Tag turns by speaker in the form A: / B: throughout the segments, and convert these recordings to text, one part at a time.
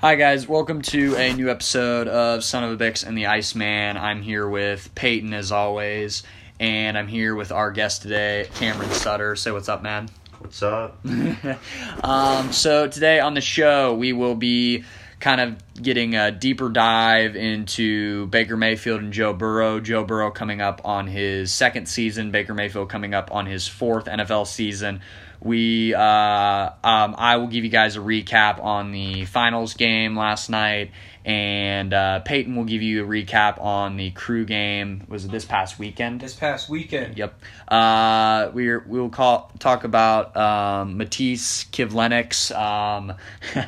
A: Hi guys, welcome to a new episode of Son of a Bix and the Iceman. I'm here with Peyton as always, and I'm here with our guest today, Cameron Sutter. Say what's up, man.
B: What's up?
A: Um, so today on the show, we will be kind of getting a deeper dive into Baker Mayfield and Joe Burrow. Joe Burrow coming up on his second season. Baker Mayfield coming up on his fourth NFL season. We, uh, um, I will give you guys a recap on the finals game last night, and uh, Peyton will give you a recap on the crew game. Was it this past weekend?
C: this past weekend.
A: Yep. Uh, we're we'll call talk about um, Matisse Kivlenix, um,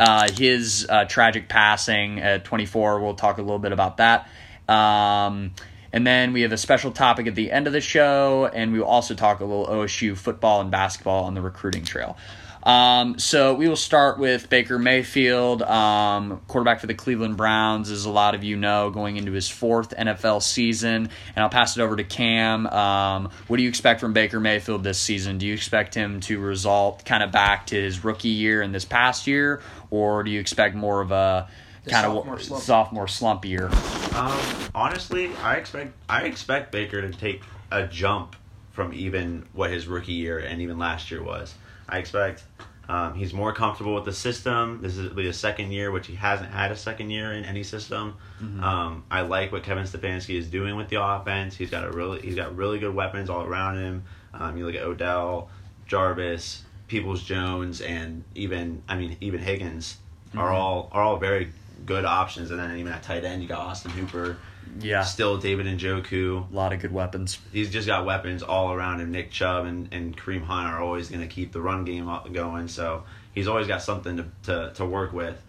A: uh, his uh, tragic passing at 24. We'll talk a little bit about that. Um, and then we have a special topic at the end of the show, and we will also talk a little OSU football and basketball on the recruiting trail. Um, so we will start with Baker Mayfield, um, quarterback for the Cleveland Browns, as a lot of you know, going into his fourth NFL season. And I'll pass it over to Cam. Um, what do you expect from Baker Mayfield this season? Do you expect him to result kind of back to his rookie year and this past year, or do you expect more of a
C: The
A: kind
C: sophomore
A: of
C: slump.
A: sophomore slump year?
B: Um, honestly, I expect I expect Baker to take a jump from even what his rookie year and even last year was. I expect um, he's more comfortable with the system. This is be his second year, which he hasn't had a second year in any system. Um, I like what Kevin Stefanski is doing with the offense. He's got a really he's got really good weapons all around him. Um, you look at Odell, Jarvis, Peoples Jones, and even I mean even Higgins are all are all very good options. And then even at tight end, you got Austin Hooper,
A: Yeah,
B: still David and Joku.
A: a lot of good weapons.
B: He's just got weapons all around him. Nick Chubb and, and Kareem Hunt are always going to keep the run game up- going. So he's always got something to, to, to work with.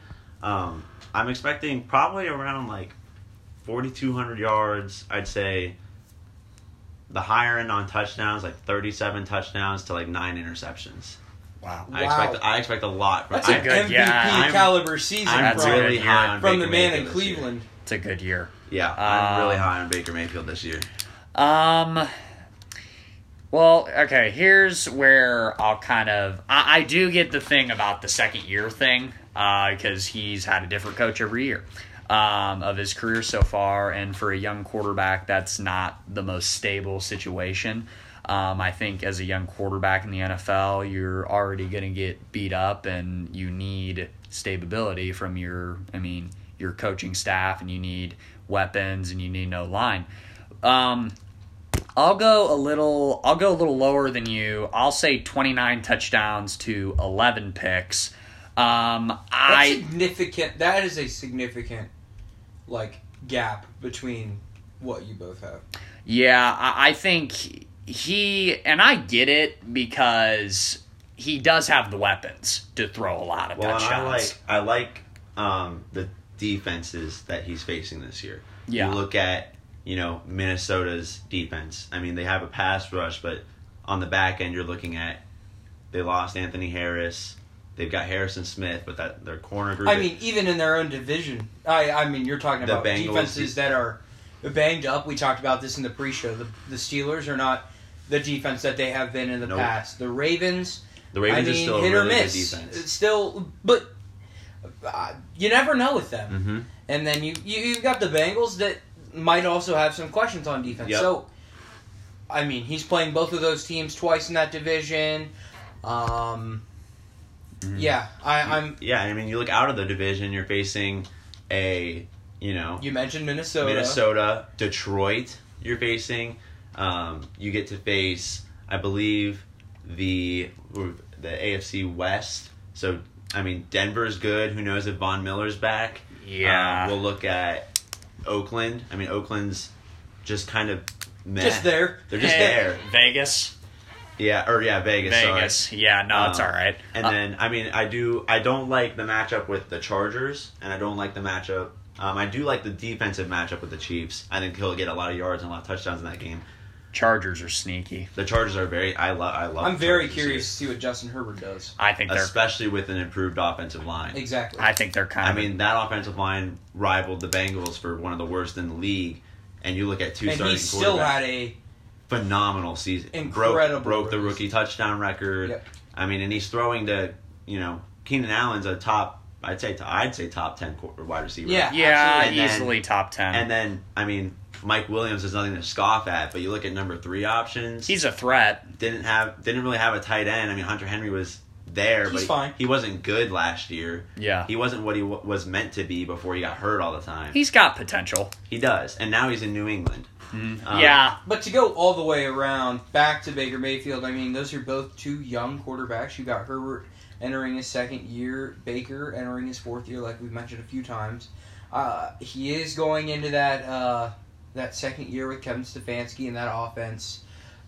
B: Um, I'm expecting probably around like 4,200 yards. I'd say the higher end on touchdowns, like 37 touchdowns to like nine interceptions.
A: Wow.
B: I
C: Wow.
B: expect I expect a lot. From,
C: That's
B: I,
C: a
A: good-
C: MVP
A: yeah, I'm-
C: caliber season
B: I'm
A: That's a
C: from,
A: good
B: really
A: year.
B: high on
C: from the
B: Baker
C: man in
B: Mayfield this year.
C: Cleveland.
A: It's a good year.
B: Yeah, I'm really
A: Um,
B: high on Baker Mayfield this year.
A: Um. Well, okay. Here's where I'll kind of I, I do get the thing about the second year thing because he's had a different coach every year um, of his career so far, and for a young quarterback, that's not the most stable situation. Um, I think as a young quarterback in the NFL, you're already going to get beat up, and you need stability from your I mean your coaching staff, and you need weapons, and you need no line. Um, I'll go a little. I'll go a little lower than you. I'll say twenty nine touchdowns to eleven picks. Um,
C: That's
A: I
C: significant. That is a significant like gap between what you both have.
A: yeah, I, I think he and I get it because he does have the weapons to throw a lot of
B: Well, and
A: touchdowns.
B: I like I like um, the defenses that he's facing this year.
A: Yeah.
B: You look at you know Minnesota's defense. I mean, they have a pass rush, but on the back end, you're looking at they lost Anthony Harris. They've got Harrison Smith, but that their corner group.
C: I mean, even in their own division. I I mean, you're talking
B: The
C: about
B: Bengals-
C: defenses that are banged up. We talked about this in the pre-show. The, the Steelers are not the defense that they have been in the
B: Nope.
C: past. The Ravens
B: the Ravens
C: I mean,
B: are still a
C: hit
B: really
C: or miss.
B: good defense.
C: It's Still, but uh, you never know with them.
B: Mm-hmm.
C: And then you, you you've got the Bengals that might also have some questions on defense.
B: Yep.
C: So, I mean, he's playing both of those teams twice in that division. Um,
B: Hmm.
C: yeah, I, I'm.
B: Mm-hmm. Yeah, I mean, you look out of the division, you're facing a you know
C: You mentioned Minnesota.
B: Minnesota, Detroit. You're facing. Um, you get to face, I believe, the the AFC West. So I mean, Denver's good. Who knows if Von Miller's back?
A: yeah,
B: Um, we'll look at Oakland. I mean, Oakland's just kind of meh.
C: Just there.
B: They're just
A: Eh,
B: there.
A: Vegas,
B: Yeah, or yeah, Vegas. sorry.
A: Vegas. Yeah, no, it's
B: Um,
A: all right.
B: And
A: Uh,
B: then I mean I do I don't like the matchup with the Chargers and I don't like the matchup um, I do like the defensive matchup with the Chiefs. I think he'll get a lot of yards and a lot of touchdowns in that game.
A: Chargers are sneaky.
B: The Chargers are very I love I love
C: I'm
B: the
C: very
B: Chargers this
C: curious to see what Justin Herbert does.
A: I think
B: year,
A: they're.
B: especially with an improved offensive line.
C: Exactly.
A: I think they're kind
B: I
A: of.
B: mean that offensive line rivaled the Bengals for one of the worst in the league and you look at two
C: and
B: starting
C: he still
B: quarterbacks.
C: had a
B: phenomenal season.
C: Incredible
B: Broke, broke the
C: rookies.
B: rookie touchdown record.
C: Yep.
B: I mean, and he's throwing to, you know, Keenan Allen's a top I'd say to, I'd say top ten qu- wide receiver.
C: Yeah.
A: Yeah,
B: Absolutely. And then-
A: easily top ten.
B: And then I mean, Mike Williams is nothing to scoff at, but you look at number three options.
A: He's a threat.
B: didn't have didn't really have a tight end. I mean, Hunter Henry was there,
C: He's
B: but
C: fine.
B: he wasn't good last year.
A: Yeah.
B: He wasn't what he w- was meant to be before he got hurt all the time.
A: He's got potential.
B: He does, and now he's in New England. Um,
A: yeah.
C: But to go all the way around back to Baker Mayfield, I mean, those are both two young quarterbacks. You got Herbert entering his second year, Baker entering his fourth year, like we've mentioned a few times. Uh, he is going into that uh, that second year with Kevin Stefanski and that offense.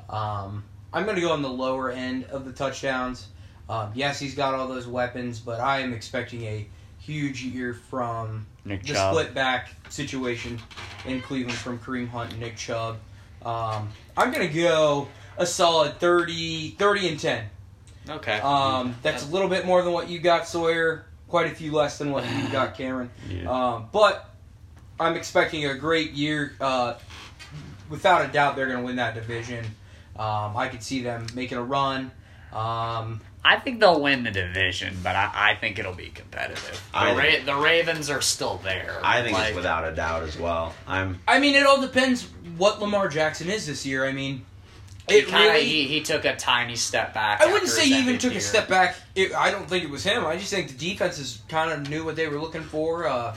C: Um, I'm going to go on the lower end of the touchdowns. Um, yes, he's got all those weapons, but I am expecting a huge year from
A: Nick
C: the
A: Chubb.
C: split back situation in Cleveland from Kareem Hunt and Nick Chubb. Um, I'm going to go a solid 30, 30 and 10.
A: Okay.
C: Um, that's a little bit more than what you got, Sawyer. Quite a few less than what you got, Cameron.
B: Yeah.
C: Um, but I'm expecting a great year. Uh, without a doubt, they're going to win that division. Um, I could see them making a run. Um,
A: I think they'll win the division, but I, I think it'll be competitive. The,
B: I
A: Ra- the Ravens are still there.
B: I think
A: Like,
B: it's without a doubt as well. I'm
C: I mean, it all depends what Lamar Jackson is this year. I mean,
A: he
C: it
A: kinda-
C: really
A: he, he took a tiny step back.
C: I wouldn't
A: after
C: say
A: his
C: he even
A: MVP
C: took a
A: year.
C: step back. It, I don't think it was him. I just think the defenses kind of knew what they were looking for. Uh,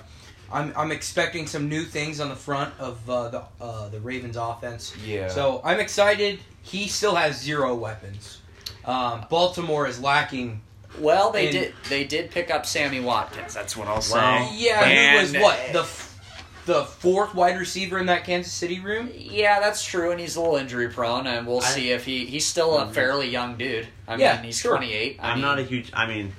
C: I'm, I'm expecting some new things on the front of uh, the uh, the Ravens offense.
A: Yeah.
C: So I'm excited. He still has zero weapons. Um, Baltimore is lacking.
A: Well, they
C: And-
A: did. They did pick up Sammy Watkins. That's what I'll say.
B: Well,
C: Yeah, who
A: And-
C: was what the f- the fourth wide receiver in that Kansas City room?
A: Yeah, that's true, and he's a little injury prone, and we'll
B: I-
A: see if he he's still a fairly young dude. I
C: Yeah,
A: mean, he's
C: sure.
A: 28. I
B: Mm-hmm. I'm
A: mean,
B: not a huge. I mean,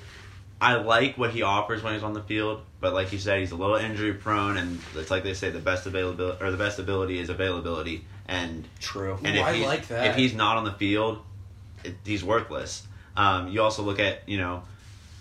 B: I like what he offers when he's on the field, but like you said, he's a little injury prone, and it's like they say, the best availability or the best ability is availability, and
A: true.
B: And
C: Ooh,
B: if
C: I
B: he's,
C: like that.
B: If he's not on the field, it, he's worthless. Um, you also look at you know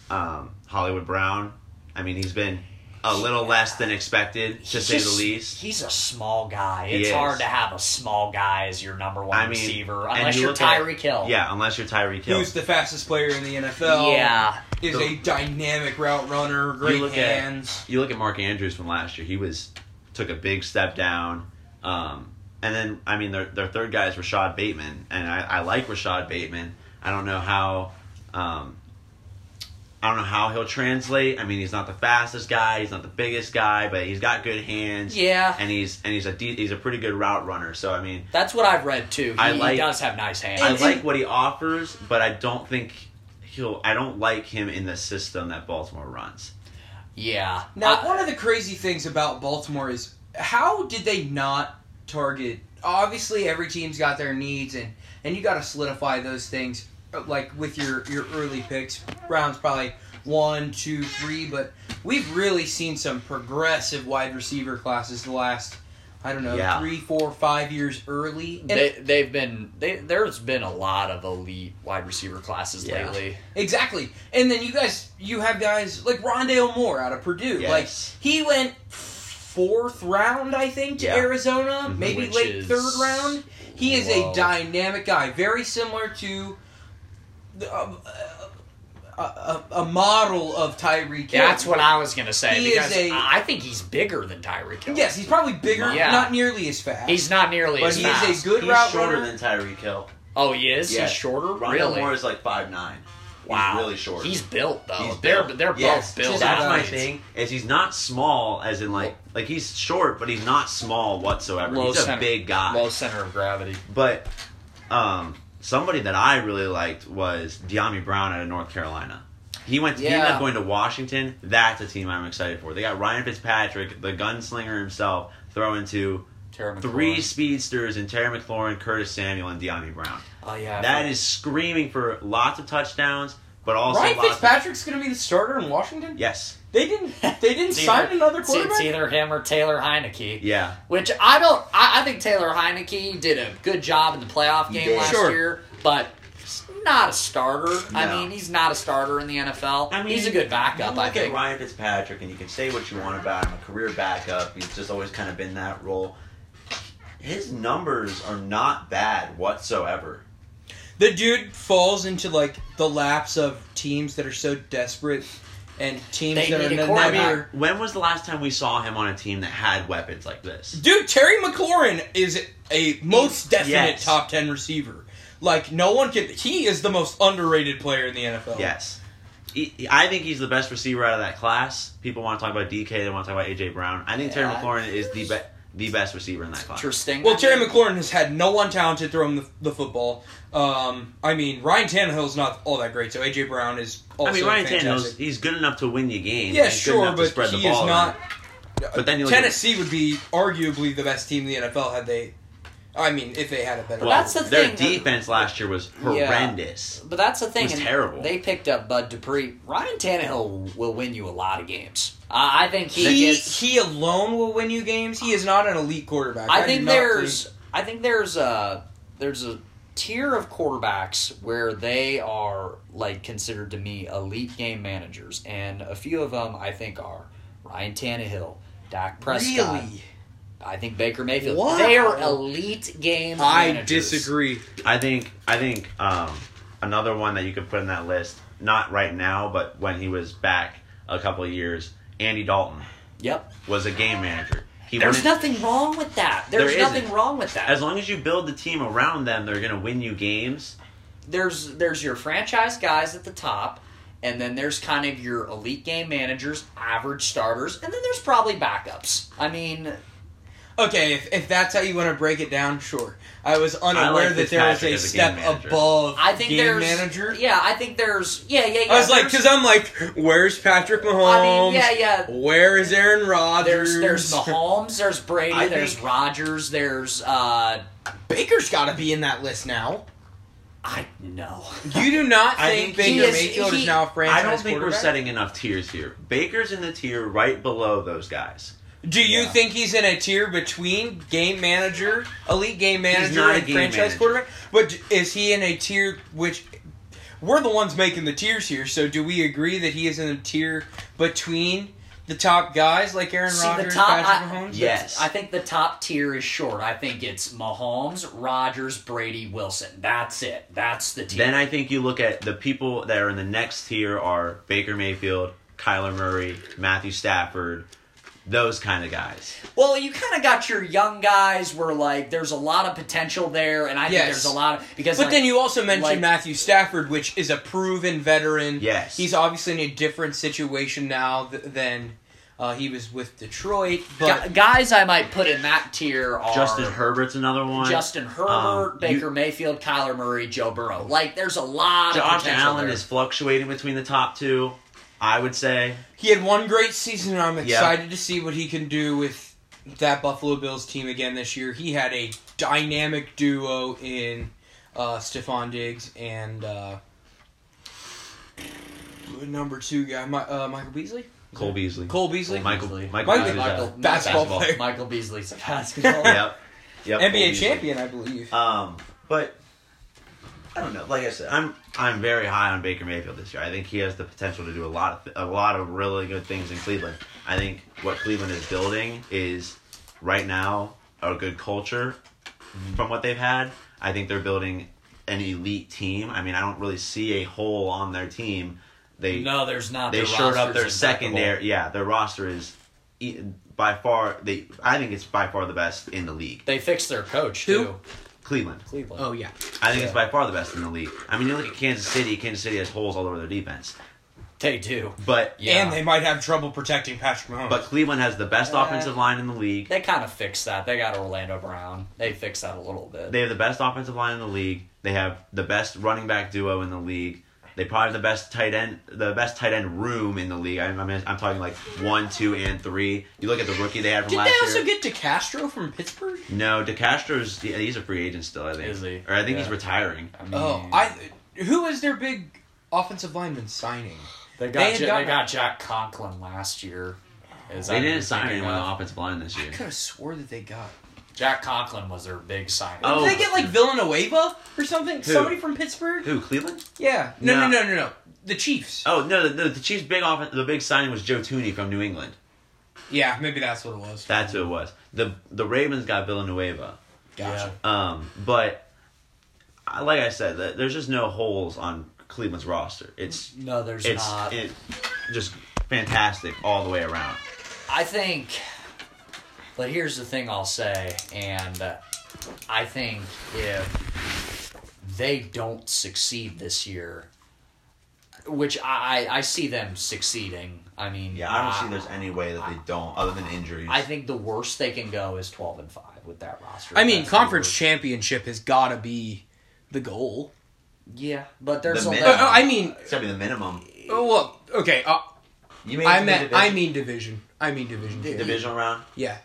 B: um, Hollywood Brown. I mean, he's been a little less than expected to
A: He's
B: say
A: just-
B: the least.
A: He's a small guy.
B: He
A: It's
B: is.
A: hard to have a small guy as your number one
B: I mean,
A: receiver
B: and
A: unless
B: you
A: you're
B: look at-
A: Tyreek Hill.
B: Yeah, unless you're Tyreek Hill.
C: Who's the fastest player in the NFL?
A: Yeah.
C: is
B: The-
C: a dynamic route runner, great
B: look at-
C: hands.
B: you look at Mark Andrews from last year. He was took a big step down. Um, and then I mean their their third guy is Rashad Bateman, and I, I like Rashad Bateman. I don't know how. Um, I don't know how he'll translate. I mean, he's not the fastest guy, he's not the biggest guy, but he's got good hands.
A: Yeah.
B: and he's and he's a de- he's a pretty good route runner. So I mean,
A: That's what I've read too. He,
B: I
A: he
B: like-
A: does have nice hands.
B: I
C: And-
B: like what he offers, but I don't think he'll. I don't like him in the system that Baltimore runs.
A: yeah.
C: Now,
A: I-
C: one of the crazy things about Baltimore is how did they not target? Obviously, every team's got their needs, and and you got to solidify those things. uh, Like with your your early picks, rounds probably one, two, three. But we've really seen some progressive wide receiver classes the last. I don't know,
B: Yeah.
C: three, four, five years early. And
A: they, they've been they, there's been a lot of elite wide receiver classes
B: Yeah.
A: lately.
C: Exactly. And then you guys, you have guys like Rondale Moore out of Purdue.
B: Yes.
C: Like, he went fourth round, I think, to
B: Yeah.
C: Arizona, maybe
A: Mm-hmm. Which
C: late
A: is-
C: third round. He is
A: Whoa.
C: a dynamic guy, very similar to the, uh, a, a, a model of Tyreek Hill.
A: That's what I was gonna say
C: He is
A: because
C: a-
A: I I think he's bigger than Tyreek Hill.
C: Yes, he's probably bigger,
A: Yeah.
C: not nearly as fast.
A: he's not nearly
C: but
A: as
C: he
A: fast.
C: is a good
B: he's
C: route
B: shorter
C: runner.
B: than Tyreek Hill.
A: oh, he is.
B: Yeah.
A: He's shorter.
B: Rondell
A: really?
B: Moore is like five nine.
A: wow.
B: he's really short.
A: He's built though.
B: He's
A: they're
B: built.
A: they're
B: Yes,
A: both built.
C: just
B: That's
C: about
B: my
C: it.
B: thing. Is he's not small, as in like like he's short, but he's not small whatsoever.
A: Low
B: he's a
A: center-
B: big guy.
A: Low center of gravity.
B: But um, somebody that I really liked was Deami Brown out of North Carolina. He went. He ended
C: Yeah.
B: up going to Washington. That's a team I'm excited for. They got Ryan Fitzpatrick, the gunslinger himself, throwing to
A: Terry McLaurin.
B: three speedsters and Terry McLaurin, Curtis Samuel, and Deami Brown.
A: Oh yeah.
B: That is screaming for lots of touchdowns, but also
C: Ryan
B: lots of-
C: Fitzpatrick's going to be the starter in Washington.
B: yes.
C: They didn't. They didn't
A: It's
C: sign
A: either-
C: another
A: it's- It's
C: quarterback.
A: either him or Taylor Heineke.
B: Yeah.
A: Which I don't. I, I think Taylor Heineke did a good job in the playoff game
B: did.
A: last
C: Sure.
A: year, but he's not a starter. I
B: No.
A: mean, he's not a starter in the NFL. he's a good backup.
B: You
A: I
B: look at
A: think.
B: Ryan Fitzpatrick, and you can say what you want about him, a career backup. He's just always kind of been that role. His numbers are not bad whatsoever.
C: The dude falls into like the laps of teams that are so desperate and teams
A: They
C: that are
A: need a
C: ne-
A: quarterback.
C: never.
B: When was the last time we saw him on a team that had weapons like this?
C: Dude, Terry McLaurin is a most definite
B: Yes.
C: top ten receiver. Like no one can. He is the most underrated player in the NFL.
B: Yes. He- he- I think he's the best receiver out of that class. People want to talk about DK, they want to talk about AJ Brown. I think Terry
A: Yeah.
B: McLaurin is the be- the best receiver in that class.
A: Interesting.
C: Well,
A: I
C: Terry
A: mean,
C: McLaurin has had no one talented throw him the, the football. Um, I mean, Ryan Tannehill's not all that great, so AJ Brown is also
B: I mean, Ryan Tannehill's
C: fantastic.
B: he's good enough to win you games.
C: Yeah,
B: he's good
C: sure,
B: enough to
C: but
B: spread the
C: he
B: ball
C: is
B: around.
C: not.
B: But then you look at-
C: Tennessee would be arguably the best team in the NFL had they. I mean, if they had a better.
B: Well,
A: that's the
B: their
A: thing that-
B: defense last year was
A: Yeah.
B: horrendous.
A: But that's the thing.
B: was
A: and
B: terrible.
A: They picked up Bud Dupree. Ryan Tannehill will win you a lot of games. I I think he,
C: he
A: gets.
C: he alone will win you games. He is not an elite quarterback.
A: I
C: do
A: think
C: not
A: there's. I think there's a there's a tier of quarterbacks where they are like considered to me elite game managers, and a few of them I think are Ryan Tannehill, Dak Prescott.
C: Really?
A: I think Baker Mayfield.
C: Wow.
A: They are elite game.
C: I
A: managers.
C: disagree.
B: I think I think um, another one that you could put in that list, not right now, but when he was back a couple of years, Andy Dalton
A: Yep.
B: was a game manager. He
A: There's
B: wanted-
A: nothing wrong with that.
B: There
A: There's nothing
B: isn't.
A: wrong with that.
B: as long as you build the team around them, they're going to win you games.
A: there's there's your franchise guys at the top, and then there's kind of your elite game managers, average starters, and then there's probably backups. I mean,
C: Okay, if, if that's how you want to break it down, sure. I was unaware
B: I like
C: that there was
B: Fitzpatrick
C: a
B: as a
C: step
B: game manager.
C: above
A: I think
C: game
A: there's
C: manager.
A: Yeah, I think there's yeah yeah. yeah
C: I was like,
A: there's-
C: because I'm like, where's Patrick Mahomes?
A: I mean, yeah yeah.
C: Where is Aaron Rodgers?
A: There's there's Mahomes, there's Brady,
B: I
A: there's
B: think-
A: Rogers, there's uh
C: Baker's got to be in that list now.
A: I know.
C: You do not
B: I
C: think
B: think
A: he
C: Baker
A: is-
C: Mayfield
A: he-
C: is now a franchise
B: I don't think we're
C: quarterback?
B: setting enough tiers here. Baker's in the tier right below those guys.
C: Do you
A: Yeah.
C: think he's in a tier between game manager, elite game manager,
B: not a
C: and
B: game
C: franchise
B: manager.
C: quarterback? But d- is he in a tier which we're the ones making the tiers here? So do we agree that he is in a tier between the top guys like Aaron
A: See, the
C: Rodgers,
A: top-
C: Patrick
A: I-
C: Mahomes?
B: Yes.
A: I think the top tier is short. I think it's Mahomes, Rogers, Brady, Wilson. That's it. That's the tier.
B: Then I think you look at the people that are in the next tier are Baker Mayfield, Kyler Murray, Matthew Stafford, those kind of guys.
A: Well, you kind of got your young guys where like there's a lot of potential there, and I
C: Yes.
A: think there's a lot of because.
C: But
A: like,
C: then you also mentioned
A: like-
C: Matthew Stafford, which is a proven veteran.
B: Yes.
C: He's obviously in a different situation now th- than uh, he was with Detroit. But
A: gu- guys I might put in that tier are
B: Justin Herbert's another one.
A: Justin Herbert,
B: Um, you-
A: Baker Mayfield, Kyler Murray, Joe Burrow. Like there's a lot of
B: Josh
A: potential
B: Allen
A: there.
B: is fluctuating between the top two, I would say.
C: He had one great season, and I'm
B: Yeah.
C: excited to see what he can do with that Buffalo Bills team again this year. He had a dynamic duo in uh, Stephon Diggs and uh, number two guy, Mi- uh, Michael Beasley.
B: Cole Beasley.
C: Cole Beasley,
B: Michael
A: Beasley.
B: Michael
C: Michael-
B: Beasley's
A: Michael-
B: out.
A: not
C: basketball
B: basketball.
C: player,
A: Michael Beasley's a basketball.
B: Yep. Yep. Cole
C: NBA
B: Beasley.
C: champion, I believe.
B: Um, but I don't know. Like I said, I'm I'm very high on Baker Mayfield this year. I think he has the potential to do a lot of th- a lot of really good things in Cleveland. I think what Cleveland is building is right now a good culture from what they've had. I think they're building an elite team. I mean, I don't really see a hole on their team. They
A: No, there's not.
B: they
A: Their
B: showed up
A: roster's
B: their
A: impeccable.
B: secondary. Yeah, their roster is e- by far they. I think it's by far the best in the league.
A: They fixed their coach
C: Who?
A: too.
B: Cleveland.
A: Cleveland.
C: oh yeah,
B: I think it's by far the best in the league. I mean, you look at Kansas City. Kansas City has holes all over their defense,
A: They do.
B: but
A: Yeah.
C: and they might have trouble protecting Patrick Mahomes.
B: but Cleveland has the best
A: Uh,
B: offensive line in the league.
A: They kind of fixed that. They got Orlando Brown. They fixed that a little bit.
B: They have the best offensive line in the league. They have the best running back duo in the league. They probably have the best tight end, the best tight end room in the league. I, I mean, I'm talking like one, two, and three. You look at the rookie they had from
C: Did
B: last
C: they also
B: year.
C: get DeCastro from Pittsburgh?
B: no, DeCastro's yeah, he's a free agent still. I think,
A: Is he?
B: or I think he's
A: Yeah.
B: retiring.
A: I mean,
C: Oh, I. Who is their big offensive lineman signing?
A: They
C: They
A: got,
C: had
A: Ja-
C: gotten-
A: they got Jack Conklin last year. Is
B: They
A: that who
B: didn't
A: you're
B: sign
A: thinking
B: anyone on
A: of?
B: the offensive line this year.
C: I could have swore that they got.
A: Jack Conklin was their big signing.
B: Oh.
C: Did they get like Villanueva or something? Somebody from Pittsburgh?
B: Who Cleveland?
C: Yeah. No, no, no,
B: No.
C: no, no. The Chiefs.
B: Oh no, the, the Chiefs' big off the big signing was Joe Tooney from New England.
C: Yeah, maybe that's what it was.
B: That's who it was. The the Ravens got Villanueva.
C: Gotcha.
B: Um, but I- like I said, th- there's just no holes on Cleveland's roster. It's
A: No, there's
B: it's
A: not.
B: it just fantastic all the way around.
A: I think, but here's the thing I'll say, and uh, I think if they don't succeed this year, which I, I I see them succeeding. I mean,
B: Yeah, I don't see there's any way that they don't, other than injuries.
A: I think the worst they can go is twelve and five with that roster.
C: I mean,
A: That's the
C: conference
A: worst.
C: championship has got to be the goal.
A: Yeah, but there's
B: The
A: a
B: men-
A: lot-
B: Uh, uh,
C: Oh, I mean,
B: it's gotta be the minimum.
C: oh, well, okay. Uh,
B: You made
C: I
B: it to the
C: meant, I
B: division-
C: mean division. I mean division.
A: The-
C: champ.
B: divisional round.
C: Yeah.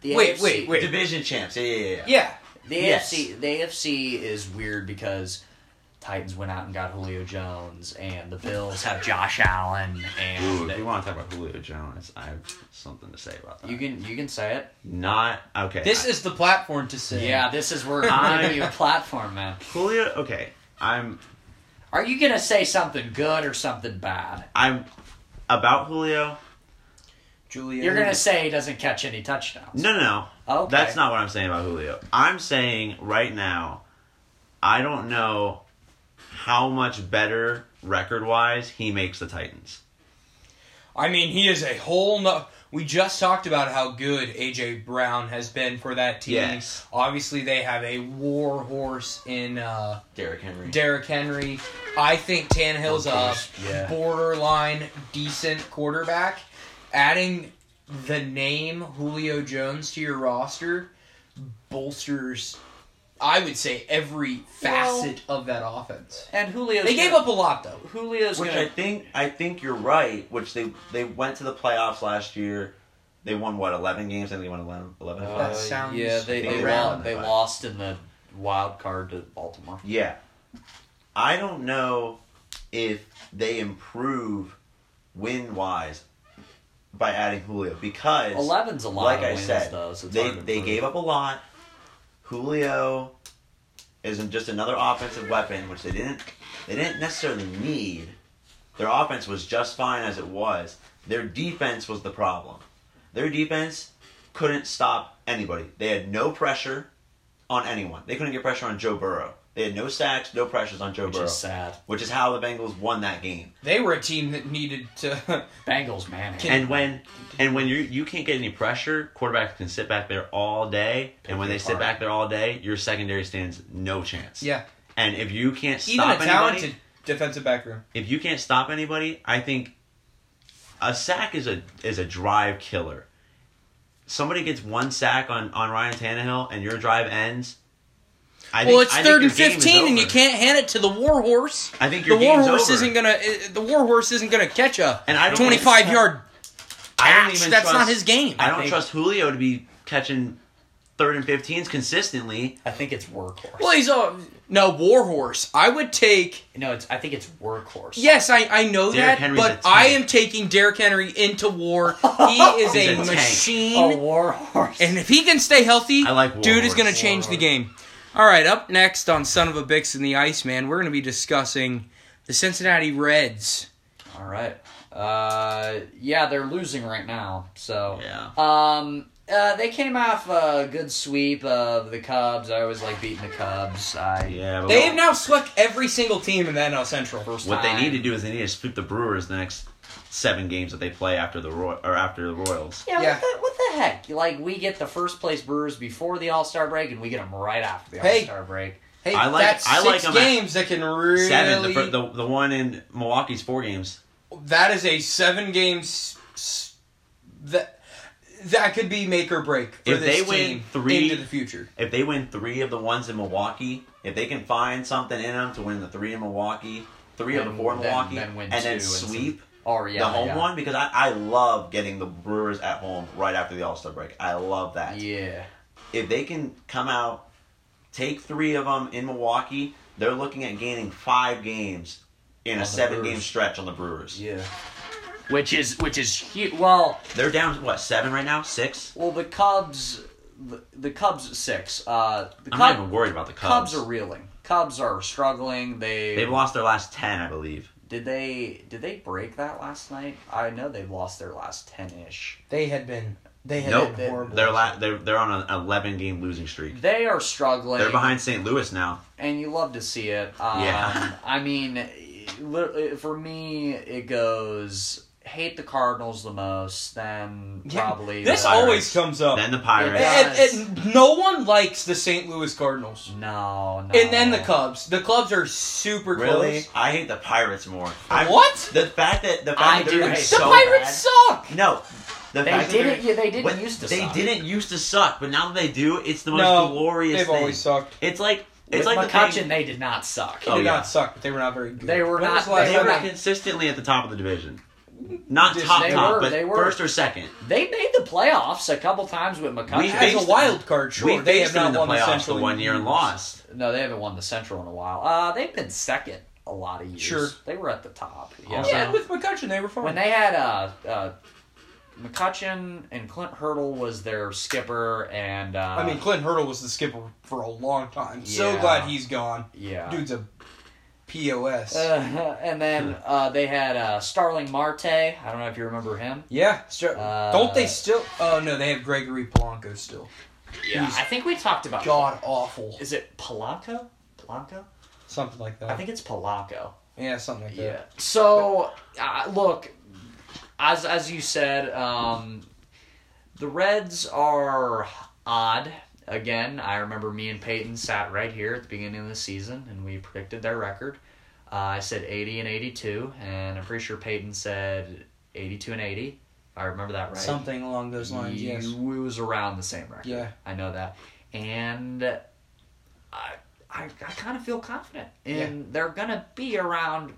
A: the
C: wait,
A: AFC
C: wait, wait.
B: Division champs. Yeah, yeah, yeah.
C: Yeah.
A: The
B: Yes.
A: AFC the AFC is weird because Titans went out and got Julio Jones, and the Bills have Josh Allen,
B: Ooh,
A: and
B: if you want to talk about Julio Jones, I have something to say about that.
A: you can you can say it.
B: Not okay.
C: This
B: I-
C: is the platform to say.
A: Yeah, this is where
B: I-
A: I'm giving you a platform, man.
B: Julio. Okay, I'm
A: Are you gonna say something good or something bad?
B: I'm about Julio.
C: Julia.
A: You're gonna say he doesn't catch any touchdowns.
B: No, no, no.
A: Okay.
B: That's not what I'm saying about Julio. I'm saying right now, I don't know how much better record wise he makes the Titans.
C: I mean, he is a whole no. We just talked about how good AJ Brown has been for that team.
B: Yes.
C: Obviously, they have a war horse in uh,
B: Derrick Henry.
C: Derrick Henry. I think Tannehill's a
A: Yeah.
C: borderline decent quarterback. Adding the name Julio Jones to your roster bolsters, I would say, every facet of that offense.
A: And Julio's
C: They gave
A: gonna-
C: up a lot though.
A: Julio's
B: which
A: gonna.
B: I think I think you're right. Which they they went to the playoffs last year. They won what eleven games? I think they won 11, 11
A: Uh,
C: That sounds
A: yeah, they they,
B: around
A: lost, they
B: about.
A: lost in the wild card to Baltimore.
B: Yeah. I don't know if they improve win wise by adding Julio because
A: Eleven's a lot.
B: like
A: of
B: I
A: wins,
B: said,
A: though, so it's
B: they
A: hard to
B: they
A: prove.
B: gave up a lot. Julio is just another offensive weapon which they didn't they didn't necessarily need. Their offense was just fine as it was. Their defense was the problem. Their defense couldn't stop anybody. They had no pressure on anyone. They couldn't get pressure on Joe Burrow. They had no sacks, no pressures on Joe
A: which
B: Burrow,
A: is sad.
B: which is how the Bengals won that game.
C: They were a team that needed to.
A: Bengals, man.
B: And when and when you you can't get any pressure, quarterbacks can sit back there all day. and when they sit back there all day, your secondary stands no chance.
C: yeah.
B: And if you can't stop
C: Even a talented
B: anybody,
C: defensive back room.
B: if you can't stop anybody, I think a sack is a is a drive killer. Somebody gets one sack on on Ryan Tannehill, and your drive ends. I
C: well, it's
B: I
C: third
B: your
C: and
B: game is
C: fifteen, and you
B: over.
C: can't hand it to the warhorse.
B: I think
C: The
B: your game's
C: warhorse
B: over.
C: isn't gonna. uh, The warhorse isn't gonna catch a
B: And I don't think-
C: twenty-five yard
B: I don't
C: catch.
B: even
C: That's not
B: trust-
C: his game.
B: I don't
A: think-
B: trust Julio to be catching third and 15s consistently.
A: I think it's workhorse.
C: Well, he's a no warhorse. I would take.
A: No, it's. I think it's workhorse.
C: Yes, I I know
B: Derrick
C: that,
B: Henry's a
C: but
B: tank.
C: I am taking Derrick Henry into war. He is
B: He's a
C: a,
B: tank. Oh.
A: a
C: machine,
A: warhorse.
C: and if he can stay healthy,
B: I like
C: dude is
B: warhorse.
C: gonna change the
A: Warhorse.
C: game. All right, up next on Son of a Bix and the Iceman, we're gonna be discussing the Cincinnati Reds.
A: All right. Uh, yeah, they're losing right now. So
B: Yeah.
A: Um, uh, they came off a good sweep of the Cubs. I always like beating the Cubs. I
B: Yeah, but
C: They have now swept every single team in the NL Central.
A: first
B: what they
A: time-
B: need to do is they need to sweep the Brewers the next seven games that they play after the Roy- or after the Royals.
A: Yeah,
C: Yeah.
A: What, the, what the heck? Like we get the first place Brewers before the All Star break, and we get them right after the
C: Hey.
A: All Star break.
C: Hey,
B: I like-
C: that's
B: I like
C: six
B: them at
C: games that can really.
B: Seven, the, fir- the the one in Milwaukee's four games.
C: that is a seven game. s- s- That that could be make or break for
B: If
C: this
B: they win
C: team
B: three-
C: into the future.
B: If they win three of the ones in Milwaukee, if they can find something in them to win the three in Milwaukee, three of
A: Then-
B: the four in
A: then-
B: Milwaukee,
A: then win
B: and then
A: two and some-
B: sweep
A: Or yeah,
B: the home
A: yeah.
B: one, because I, I love getting the Brewers at home right after the All Star break. I love that.
A: Yeah.
B: if they can come out, take three of them in Milwaukee, they're looking at gaining five games in
A: On
B: a
A: the
B: seven game
A: Brewers.
B: stretch on the Brewers.
A: Yeah. Which is which is huge. Well,
B: They're down what seven right now? Six.
A: well, the Cubs, the, the Cubs six. Uh, the Cub-
B: I'm not even worried about the Cubs.
A: Cubs are reeling. Cubs are struggling. They
B: They've lost their last ten, I believe.
A: Did they did they break that last night? I know they lost their last ten ish.
C: They had been. They had
B: Nope.
C: been horrible.
B: They're la- they're they're on an eleven game losing streak.
A: They are struggling.
B: They're behind St. Louis now.
A: and you love to see it. Um,
B: Yeah.
A: I mean, li- for me, it goes hate the Cardinals the most, then
C: Yeah,
A: probably
C: This
A: the-
B: Pirates.
C: always comes up.
B: Then the Pirates.
A: Yeah.
C: And- and- and no one likes the St. Louis Cardinals.
A: No, no.
C: And then the Cubs. The Cubs are super
B: Really?
C: close.
B: I hate the Pirates more.
C: What?
B: The fact that the fact
A: I
B: that
A: do.
B: they're
A: The
C: The
B: so
C: Pirates suck.
B: bad- No. The
A: They
B: fact that
A: didn't.
B: they're-
A: Yeah, they didn't
B: what-
A: used to.
B: They
A: suck.
B: didn't used to suck, but now that they do, it's the most
C: No,
B: glorious
C: They've
B: thing.
C: always sucked.
B: It's like it's
A: With
B: like
A: McCutcheon,
B: the thing,
A: they did not suck.
C: They
B: Oh,
C: did
B: yeah.
C: not suck, but they were not very good.
A: They were
C: When
A: not-
C: was the
A: they
C: last
B: they
C: time
B: were
A: not-
B: consistently at the top of the division. Not
C: They
B: top top,
A: were,
B: but
A: they were.
B: first or second.
A: They made the playoffs a couple times with McCutcheon.
B: We
C: As
B: faced
C: a
B: them.
C: wild card,
B: we
C: sure.
B: faced
C: They have
B: them
C: not
B: in the
C: won the
B: playoffs the
C: Central in
B: one year and
C: years.
B: lost.
A: no, they haven't won the Central in a while. Uh, they've been second a lot of years.
C: Sure.
A: They were at the top.
B: Yeah.
A: Also,
C: Yeah, and with McCutcheon, they were fine.
A: when they had uh, uh, McCutcheon and Clint Hurdle was their skipper, and uh,
C: I mean, Clint Hurdle was the skipper for a long time. So
A: Yeah.
C: glad he's gone.
A: yeah.
C: Dude's a POS.
A: Uh, and then uh, they had uh, Starling Marte. I don't know if you remember him.
C: yeah. sure.
A: Uh,
C: Don't they still? Oh no, they have Gregory Polanco still.
A: Yeah, I think we talked about.
C: God awful.
A: Is it Polanco? Polanco?
C: Something like that.
A: I think it's Polanco.
C: yeah, something like
A: Yeah.
C: that.
A: So, uh, look, as as you said, um, the Reds are odd. Again, I remember me and Peyton sat right here at the beginning of the season, and we predicted their record. Uh, I said eighty and eighty-two, and I'm pretty sure Peyton said eighty-two and eighty. If I remember that right.
C: Something along those lines.
A: You-
C: Yes.
A: It was around the same record.
C: Yeah.
A: I know that. And I I, I kind of feel confident in they're going to be around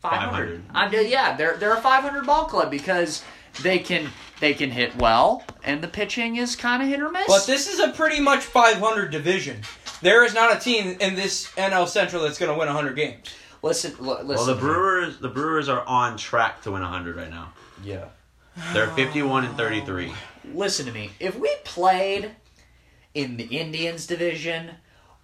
A: 500.
B: 500.
A: I'm ju- yeah, they're they're a 500 ball club because they can they can hit well and the pitching is kind of hit or miss.
C: But this is a pretty much 500 division. There is not a team in this NL Central that's going to win 100 games.
A: listen l- listen.
B: Well, the Brewers the Brewers are on track to win 100 right now.
A: yeah.
B: They're 51 and 33.
A: Listen to me. If we played in the Indians division,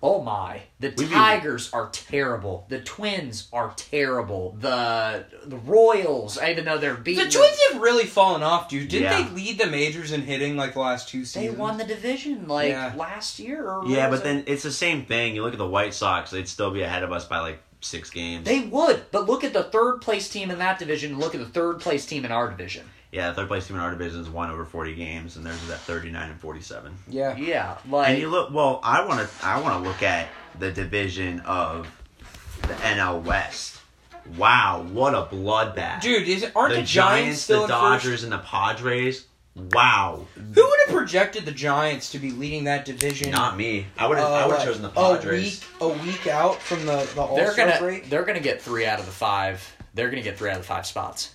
A: oh my. The
B: be-
A: Tigers are terrible. The Twins are terrible. The the Royals, even though they're
C: The
A: beaten.
C: Twins have really fallen off, dude. Didn't
B: Yeah.
C: they lead the majors in hitting like the last two
A: they
C: seasons?
A: won the division like
C: Yeah.
A: last year. Or
B: Yeah,
A: what was
B: but
A: it?
B: then it's the same thing. You look at the White Sox; they'd still be ahead of us by like six games.
A: they would. But look at the third place team in that division. and Look at the third place team in our division.
B: yeah, the third place team in our division is one over forty games, and theirs is at thirty nine and forty seven.
C: Yeah.
A: Yeah,
B: And
A: like
B: you look well. I want to. I want to look at the division of the NL West. Wow, what a bloodbath!
C: Dude, is, aren't
B: the,
C: the,
B: Giants,
C: still
B: the
C: in
B: Dodgers, and the Padres. Wow,
C: first? Who would have projected the Giants to be leading that division?
B: not me. I would have. I
C: uh,
B: would have chosen the
C: A
B: Padres.
C: week, a week out from the, the All
A: they're gonna
C: Star break?
A: they're gonna get three out of the five. They're gonna get three out of the five spots.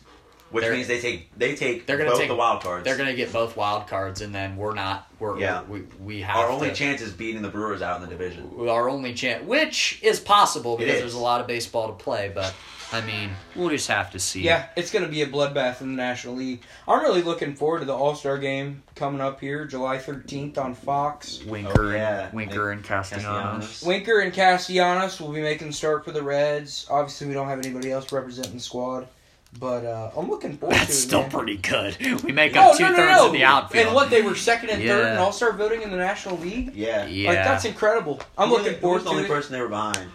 B: Which
A: They're-
B: means they take they take
A: They're gonna
B: both
A: take-
B: the wild cards.
A: They're gonna get both wild cards, and then we're not. We're
B: Yeah.
A: we we have
B: Our only
A: to-
B: chance is beating the Brewers out in the division.
A: our only chance, which is possible because
B: is.
A: there's a lot of baseball to play. But I mean, we'll just have to see.
C: Yeah, it's going to be a bloodbath in the National League. I'm really looking forward to the All Star game coming up here, July 13th on Fox.
A: Winker,
B: Oh, yeah.
A: and, Winker, and Castellanos.
B: Castellanos.
C: Winker and Castellanos will be making the start for the Reds. Obviously, we don't have anybody else representing the squad, but uh, I'm looking forward to it.
A: That's still
C: man.
A: pretty good. We make
C: Oh,
A: up two thirds of the outfield.
C: And what they were second and third in
A: Yeah.
C: All Star voting in the National League.
B: Yeah.
A: yeah,
C: Like that's incredible. I'm
B: Who
C: looking
B: was- who
C: forward
B: was the only
C: to it.
B: person they were behind?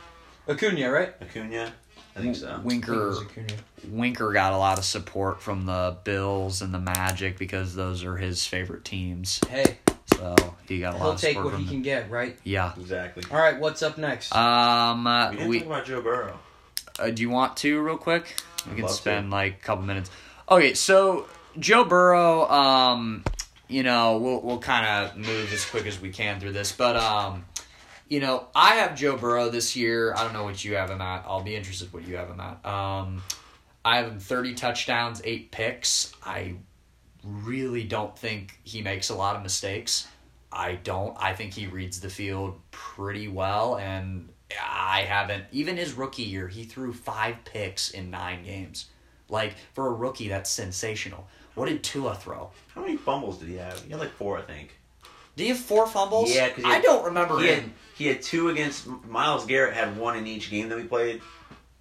C: Acuna, right?
B: Acuna, I think so.
A: Winker,
C: I think it was Acuna.
A: Winker got a lot of support from the Bills and the Magic because those are his favorite teams.
C: Hey,
A: So he got a lot
C: he'll
A: of
C: take
A: support
C: what
A: from.
C: he
A: the-
C: can get, right?
A: yeah.
B: Exactly.
C: All right, what's up next?
A: Um. uh,
B: We didn't
A: we
B: talk about Joe Burrow.
A: Uh, do you want to real quick? We can
B: love
A: spend like a couple minutes. Okay, so Joe Burrow, um, you know, we'll we'll kind of move as quick as we can through this, but um, you know, I have Joe Burrow this year. I don't know what you have him at. I'll be interested what you have him at. Um, I have him thirty touchdowns, eight picks. I really don't think he makes a lot of mistakes. I don't. I think he reads the field pretty well, and I haven't. Even his rookie year, he threw five picks in nine games. Like for a rookie, that's sensational. What did Tua throw?
B: How many fumbles did he have? He had like four, I think.
A: Do you have four fumbles?
B: Yeah, 'cause he
A: I
B: had-
A: don't remember
B: He had,
A: him.
B: he had two against Miles Garrett. Had one in each game that we played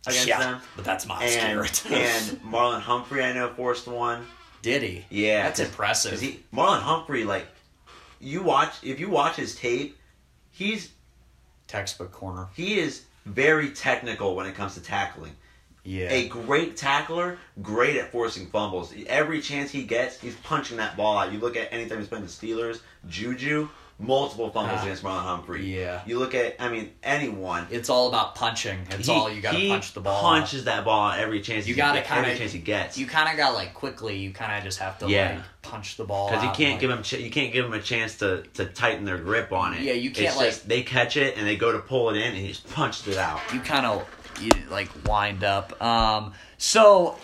B: against
A: yeah,
B: them.
A: but that's Miles
B: And,
A: Garrett.
B: and Marlon Humphrey, I know, forced one.
A: did he?
B: Yeah,
A: that's impressive.
B: Because he Marlon Humphrey, like you watch if you watch his tape, he's
A: Textbook corner.
B: he is very technical when it comes to tackling.
D: Yeah.
B: A great tackler, great at forcing fumbles. Every chance he gets, he's punching that ball out. You look at anytime he's playing the Steelers, Juju, multiple fumbles
A: Ah,
B: against Marlon Humphrey.
A: yeah.
B: You look at, I mean, anyone.
A: It's all about punching. It's
B: He-
A: all you got to
B: he
A: punch the ball.
B: Punches that ball out every chance.
A: You
B: he
A: gotta
B: gets- every
A: kinda-
B: chance he gets.
A: You kind of got like quickly. You kind of just have to
B: Yeah.
A: like punch the ball
B: because you
A: out,
B: can't
A: like-
B: give them ch- you can't give them a chance to, to tighten their grip on it.
A: Yeah, you
B: It's
A: can't, like-
B: just- they catch it and they go to pull it in and he just punched it out.
A: you kind of you, like wind up. Um, so,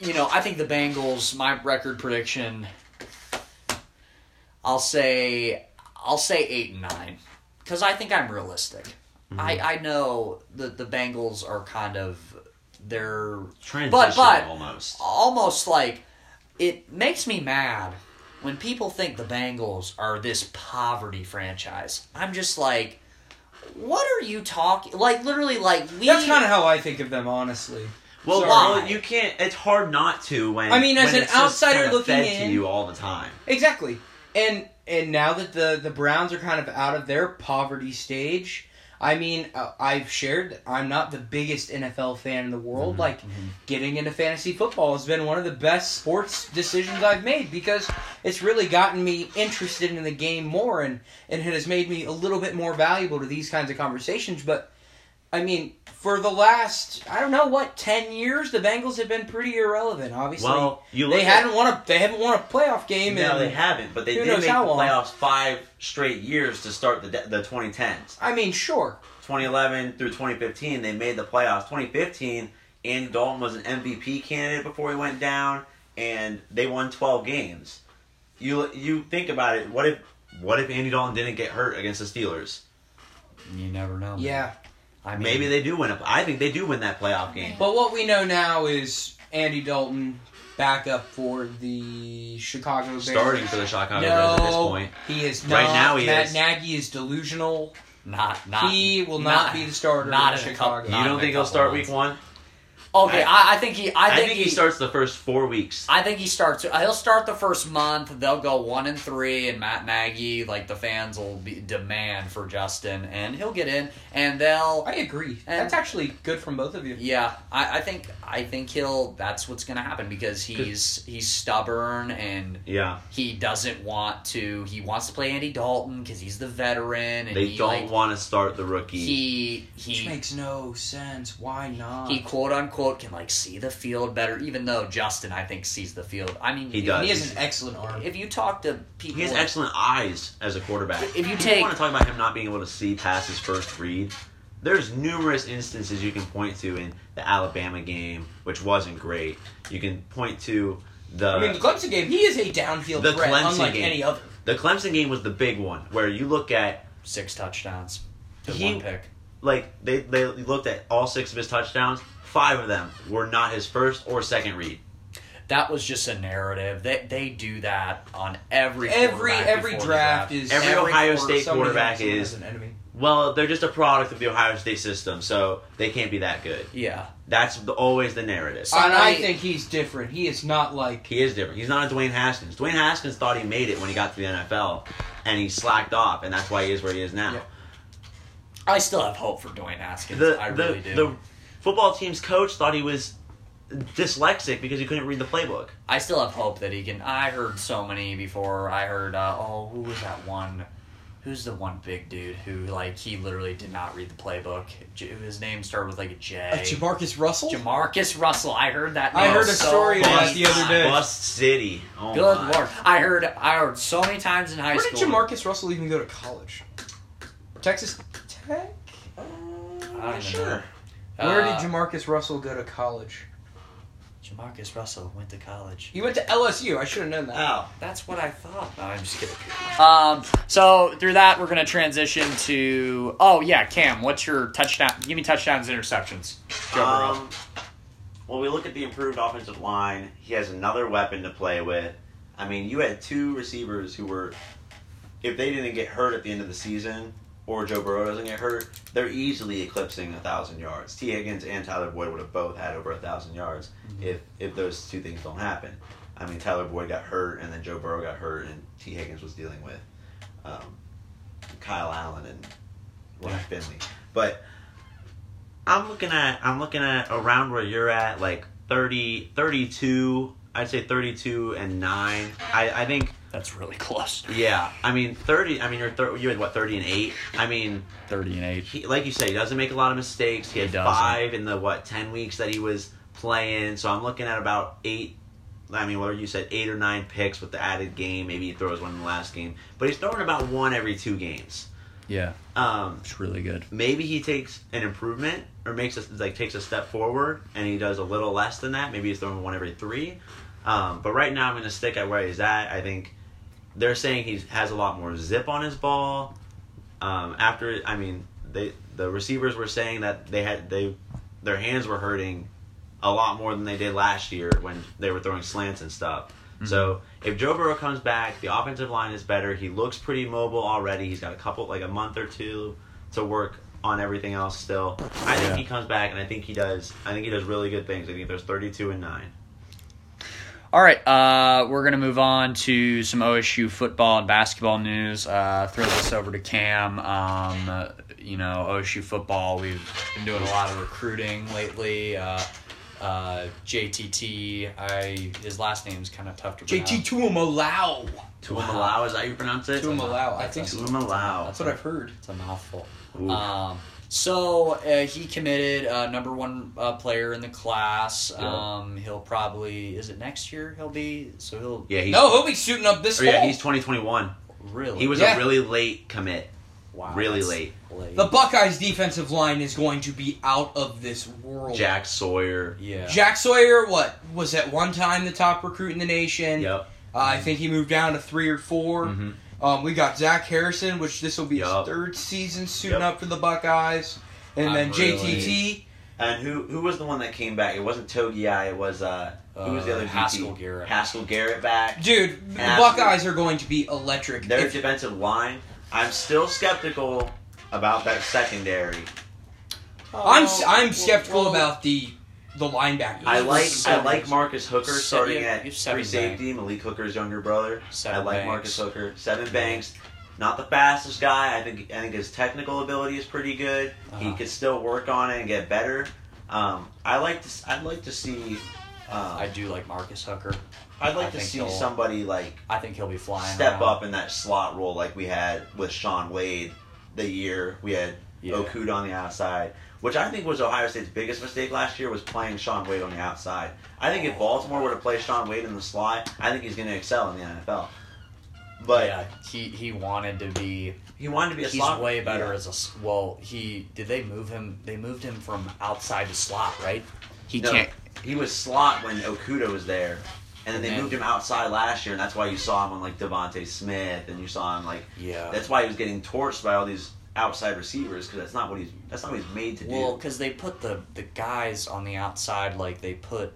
A: you know, I think the Bengals. My record prediction. I'll say, I'll say eight and nine, because I think I'm realistic. I
B: Mm-hmm.
A: I know that the Bengals are kind of they're
B: Transition
A: But- but-
B: almost.
A: almost like it makes me mad when people think the Bengals are this poverty franchise. I'm just like, what are you talking? Like literally, like we.
C: That's kind of how I think of them, honestly.
B: Well,
C: Sorry.
B: well, you can't. It's hard not to when
C: I mean, as
B: when
C: an
B: it's just
C: outsider
B: kinda
C: looking
B: fed
C: in-
B: to you all the time.
C: Exactly. And and now that the the Browns are kind of out of their poverty stage, I mean, uh, I've shared that I'm not the biggest NFL fan in the world.
B: Mm-hmm,
C: Like getting into fantasy football has been one of the best sports decisions I've made because it's really gotten me interested in the game more and and it has made me a little bit more valuable to these kinds of conversations, but I mean, for the last I don't know what 10 years the Bengals have been pretty irrelevant, obviously.
B: Well, you look
C: they
B: at-
C: hadn't won a they haven't won a playoff game in
B: No, they haven't, but they
C: Who
B: did
C: knows
B: make the
C: how long.
B: playoffs five straight years to start the de- the 2010s.
C: I mean, sure.
B: 2011 through 2015, they made the playoffs. 2015, Andy Dalton was an MVP candidate before he went down, and they won 12 games. You you think about it. What if what if Andy Dalton didn't get hurt against the Steelers?
A: you never know. man.
C: Yeah.
A: I mean,
B: Maybe they do win a. I think they do win that playoff game.
C: But what we know now is Andy Dalton backup for the Chicago Bears.
B: Starting for the
C: no,
B: Chicago Bears at this point.
C: he is not.
B: Right now he
C: Matt
B: is.
C: Nagy is delusional.
A: not not
C: he will not, be the starter
A: not
C: for
A: in a
C: Chicago.
A: couple- not-
B: you don't
A: in a
B: think he'll
A: couple
B: start
A: months.
B: week one?
A: Okay, I, I think he. I
B: I
A: think,
B: think, he, starts the first four weeks.
A: I think he starts. He'll start the first month. They'll go one and three, and Matt Nagy, like the fans, will be, demand for Justin, and he'll get in, and they'll.
C: I agree.
A: And-
C: That's actually good from both of you.
A: Yeah, I, I think I think he'll. That's what's gonna happen because he's he's stubborn and
B: Yeah,
A: he doesn't want to. He wants to play Andy Dalton because he's the veteran, and
B: they
A: he,
B: don't
A: like,
B: want to start the rookie.
A: he
C: Which
A: he
C: makes no sense. Why not?
A: he quote unquote can like see the field better, even though Justin I think sees the field. I mean
B: He
A: if-
B: does.
C: He has an excellent arm.
A: If you talk to people,
B: He has excellent eyes as a quarterback.
A: If you
B: People
A: take-
B: want to talk about him not being able to see past his first read, there's numerous instances you can point to in the Alabama game, which wasn't great. You can point to the
C: I mean, the Clemson game, he is a downfield
B: The
C: threat,
B: Clemson
C: unlike
B: game.
C: any other.
B: the Clemson game was the big one where you look at
A: six touchdowns to
B: He-
A: one pick.
B: like they they looked at all six of his touchdowns. Five of them were not his first or second read.
A: That was just a narrative. They they do that on every
C: Every
A: quarterback
C: every
A: before the
C: draft is
B: Every Ohio
C: quarter-
B: State
C: somebody
B: quarterback
C: has him
B: is-
C: as an enemy.
B: Well, they're just a product of the Ohio State system, so they can't be that good.
A: Yeah,
B: That's the, always the narrative.
A: So
C: and I
A: I-
C: think he's different. He is not like
B: He is different. He's not a Dwayne Haskins. Dwayne Haskins thought he made it when he got to the NFL, and he slacked off, and that's why he is where he is now.
C: Yeah.
A: I still have hope for Dwayne Haskins.
B: The,
A: I
B: the,
A: really do.
B: the football team's coach thought he was dyslexic because he couldn't read the playbook.
A: I still have hope that he can. I heard so many before. I heard, uh, oh, who was that one? Who's the one big dude who like he literally did not read the playbook? J- His name started with like a J.
C: Uh, Jamarcus Russell.
A: Jamarcus Russell. I heard that.
C: I
A: name
C: heard a
A: so
C: story about
A: many
C: the other day.
A: times.
B: Bust City. Oh
A: Good
B: my.
A: lord! I heard. I heard so many times in high
C: Where did
A: school.
C: Jamarcus Russell even go to college? Texas Tech.
A: I
C: Uh,
A: don't even know.
B: Sure.
A: Uh,
C: Where did Jamarcus Russell go to college?
A: Jamarcus Russell went to college?
C: He went to LSU. I should have known that.
B: Oh.
A: That's what I thought. No, I'm just kidding. Um, so through that, we're gonna transition to. Oh yeah, Cam, what's your touchdown? Give me touchdowns, interceptions. Joe Burrow.
B: Um, when we look at the improved offensive line, he has another weapon to play with. I mean, you had two receivers who were, if they didn't get hurt at the end of the season, or Joe Burrow doesn't get hurt, they're easily eclipsing a thousand yards. T. Higgins and Tyler Boyd would have both had over a thousand yards if if those two things don't happen. I mean, Tyler Boyd got hurt, and then Joe Burrow got hurt, and T. Higgins was dealing with um, Kyle Allen and Ryan Finley. But I'm looking at I'm looking at around where you're at, like 30, 32. I'd say 32 and nine. I, I think
E: That's really close.
B: yeah. I mean 30. I mean you're thir- you're at what 30 and eight. I mean
E: Thirty and eight.
B: he, like you said, he doesn't make a lot of mistakes. He,
E: He
B: had
E: doesn't.
B: five in the what ten weeks that he was playing. So I'm looking at about eight. I mean, whatever you said, eight or nine picks with the added game. Maybe he throws one in the last game, but he's throwing about one every two games.
E: Yeah,
B: Um,
E: it's really good.
B: maybe he takes an improvement or makes us like takes a step forward, and he does a little less than that. Maybe he's throwing one every three. Um, but right now, I'm going to stick at where he's at. I think they're saying he has a lot more zip on his ball. Um, after, I mean, they the receivers were saying that they had they their hands were hurting a lot more than they did last year when they were throwing slants and stuff. So if Joe Burrow comes back, the offensive line is better. He looks pretty mobile already. He's got a couple like a month or two to work on everything else still. I think
E: Yeah.
B: he comes back and I think he does I think he does really good things. I think there's thirty two and nine.
E: All right, uh, we're gonna move on to some OSU football and basketball news. Uh, throw this over to Cam. Um, uh, you know, OSU football. We've
A: been doing a lot of recruiting lately. Uh, uh, JTT, I his last name's kind of tough to pronounce.
C: JT Tuamalau.
B: Tuamalau, is that how you pronounce it?
C: Tuamalau, I think
A: That's
C: so.
B: Tuamalau.
C: That's what I've heard.
A: It's a mouthful.
B: Ooh.
A: Um, so uh, he committed uh, number one uh, player in the class.
B: Yeah.
A: Um, he'll probably is it next year? He'll be so he'll
B: Yeah, he's
C: No, he'll be shooting up this
B: or Oh, yeah,
C: fall.
B: he's twenty twenty one.
A: really
B: He was
C: Yeah.
B: a really late commit.
A: wow,
B: really
A: that's
B: late.
A: late.
C: the Buckeyes' defensive line is going to be out of this world.
B: Jack Sawyer.
A: yeah.
C: Jack Sawyer, what was at one time the top recruit in the nation.
B: Yep.
C: Uh, I think he moved down to three or 4
B: Mhm.
C: Um, we got Zach Harrison, which this will be his
B: Yup.
C: third season suiting
B: Yup.
C: up for the Buckeyes, and
A: I'm
C: then
A: really-
C: JTT.
B: And who who was the one that came back? It wasn't Togiai. It was uh, who was the
A: Uh,
B: other
A: Haskell
B: DT?
A: Garrett.
B: Haskell Garrett back.
C: Dude, the
B: Absolutely.
C: Buckeyes are going to be electric.
B: Their
C: If-
B: defensive line. I'm still skeptical about that secondary.
C: I'm s- I'm skeptical about the the linebackers.
B: I like I
A: Seven.
B: like Marcus Hooker
A: Se-
B: starting
A: yeah,
B: at
A: you seven
B: free safety. Malik Hooker's younger brother.
A: Seven
B: I like
A: Banks.
B: Marcus Hooker. Seven Banks. Not the fastest guy. I think I think his technical ability is pretty good. He
A: Uh-huh.
B: could still work on it and get better. Um, I like to. s- I'd like to see. Um,
A: I do like Marcus Hooker.
B: I'd like
A: I
B: to
A: think
B: see
A: he'll-
B: somebody like
A: I think he'll be flying.
B: step
A: around.
B: up in that slot role like we had with Sean Wade the year we had
A: Yeah.
B: Okuda on the outside, which I think was Ohio State's biggest mistake last year was playing Sean Wade on the outside. I think if Baltimore were to play Sean Wade in the slot, I think he's going to excel in the NFL. But
A: yeah, he he wanted to be
B: he wanted to be a
A: He's
B: slot.
A: way better
B: yeah.
A: as a s- well. He did they move him? They moved him from outside to slot, right? He
B: No,
A: can't.
B: He was slot when Okuda was there, and then
A: And
B: they
A: then-
B: moved him outside last year, and that's why you saw him on like Devonte Smith, and you saw him like
A: Yeah.
B: that's why he was getting torched by all these outside receivers because that's not what he's that's not what he's made to
A: Well,
B: do.
A: because they put the the guys on the outside, like they put,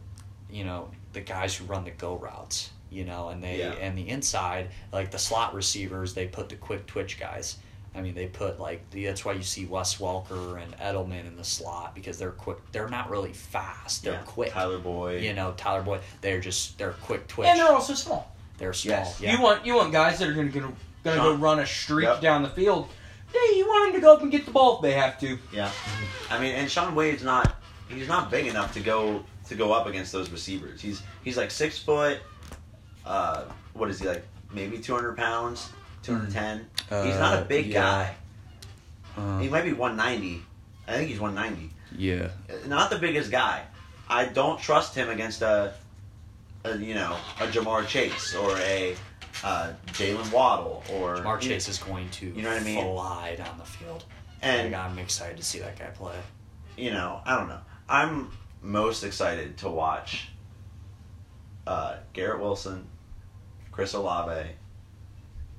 A: you know, the guys who run the go routes, you know, and they
B: Yeah.
A: and the inside, like the slot receivers, they put the quick twitch guys. I mean, they put like the, that's why you see Wes Welker and Edelman in the slot because they're quick. They're not really fast. They're
B: Yeah,
A: quick.
B: Tyler Boyd. uh,
A: You know, Tyler Boyd. They're just they're quick twitch.
C: and they're also small.
A: They're small.
B: Yes.
A: Yeah.
C: You want you want guys that are going to gonna, gonna go
B: Sean.
C: run a streak
B: Yep.
C: down the field. Yeah, you want them to go up and get the ball if they have to.
B: Yeah, I mean, and Sean Wade's not he's not big enough to go to go up against those receivers. He's he's like six foot. Uh, what is he like? Maybe two hundred pounds, two hundred ten. he's not a
E: Uh,
B: big
E: yeah.
B: guy. He
E: Um,
B: might be one ninety. I think he's one ninety. Uh,
E: yeah,
B: Not the biggest guy. I don't trust him against a, a you know, a Jamar Chase or a uh, Jalen Waddle or
A: Jamar Chase is going to
B: You know what I mean?
A: fly down the field.
B: And
A: Like, I'm excited to see that guy play.
B: you know, I don't know. I'm most excited to watch uh, Garrett Wilson, Chris Olave,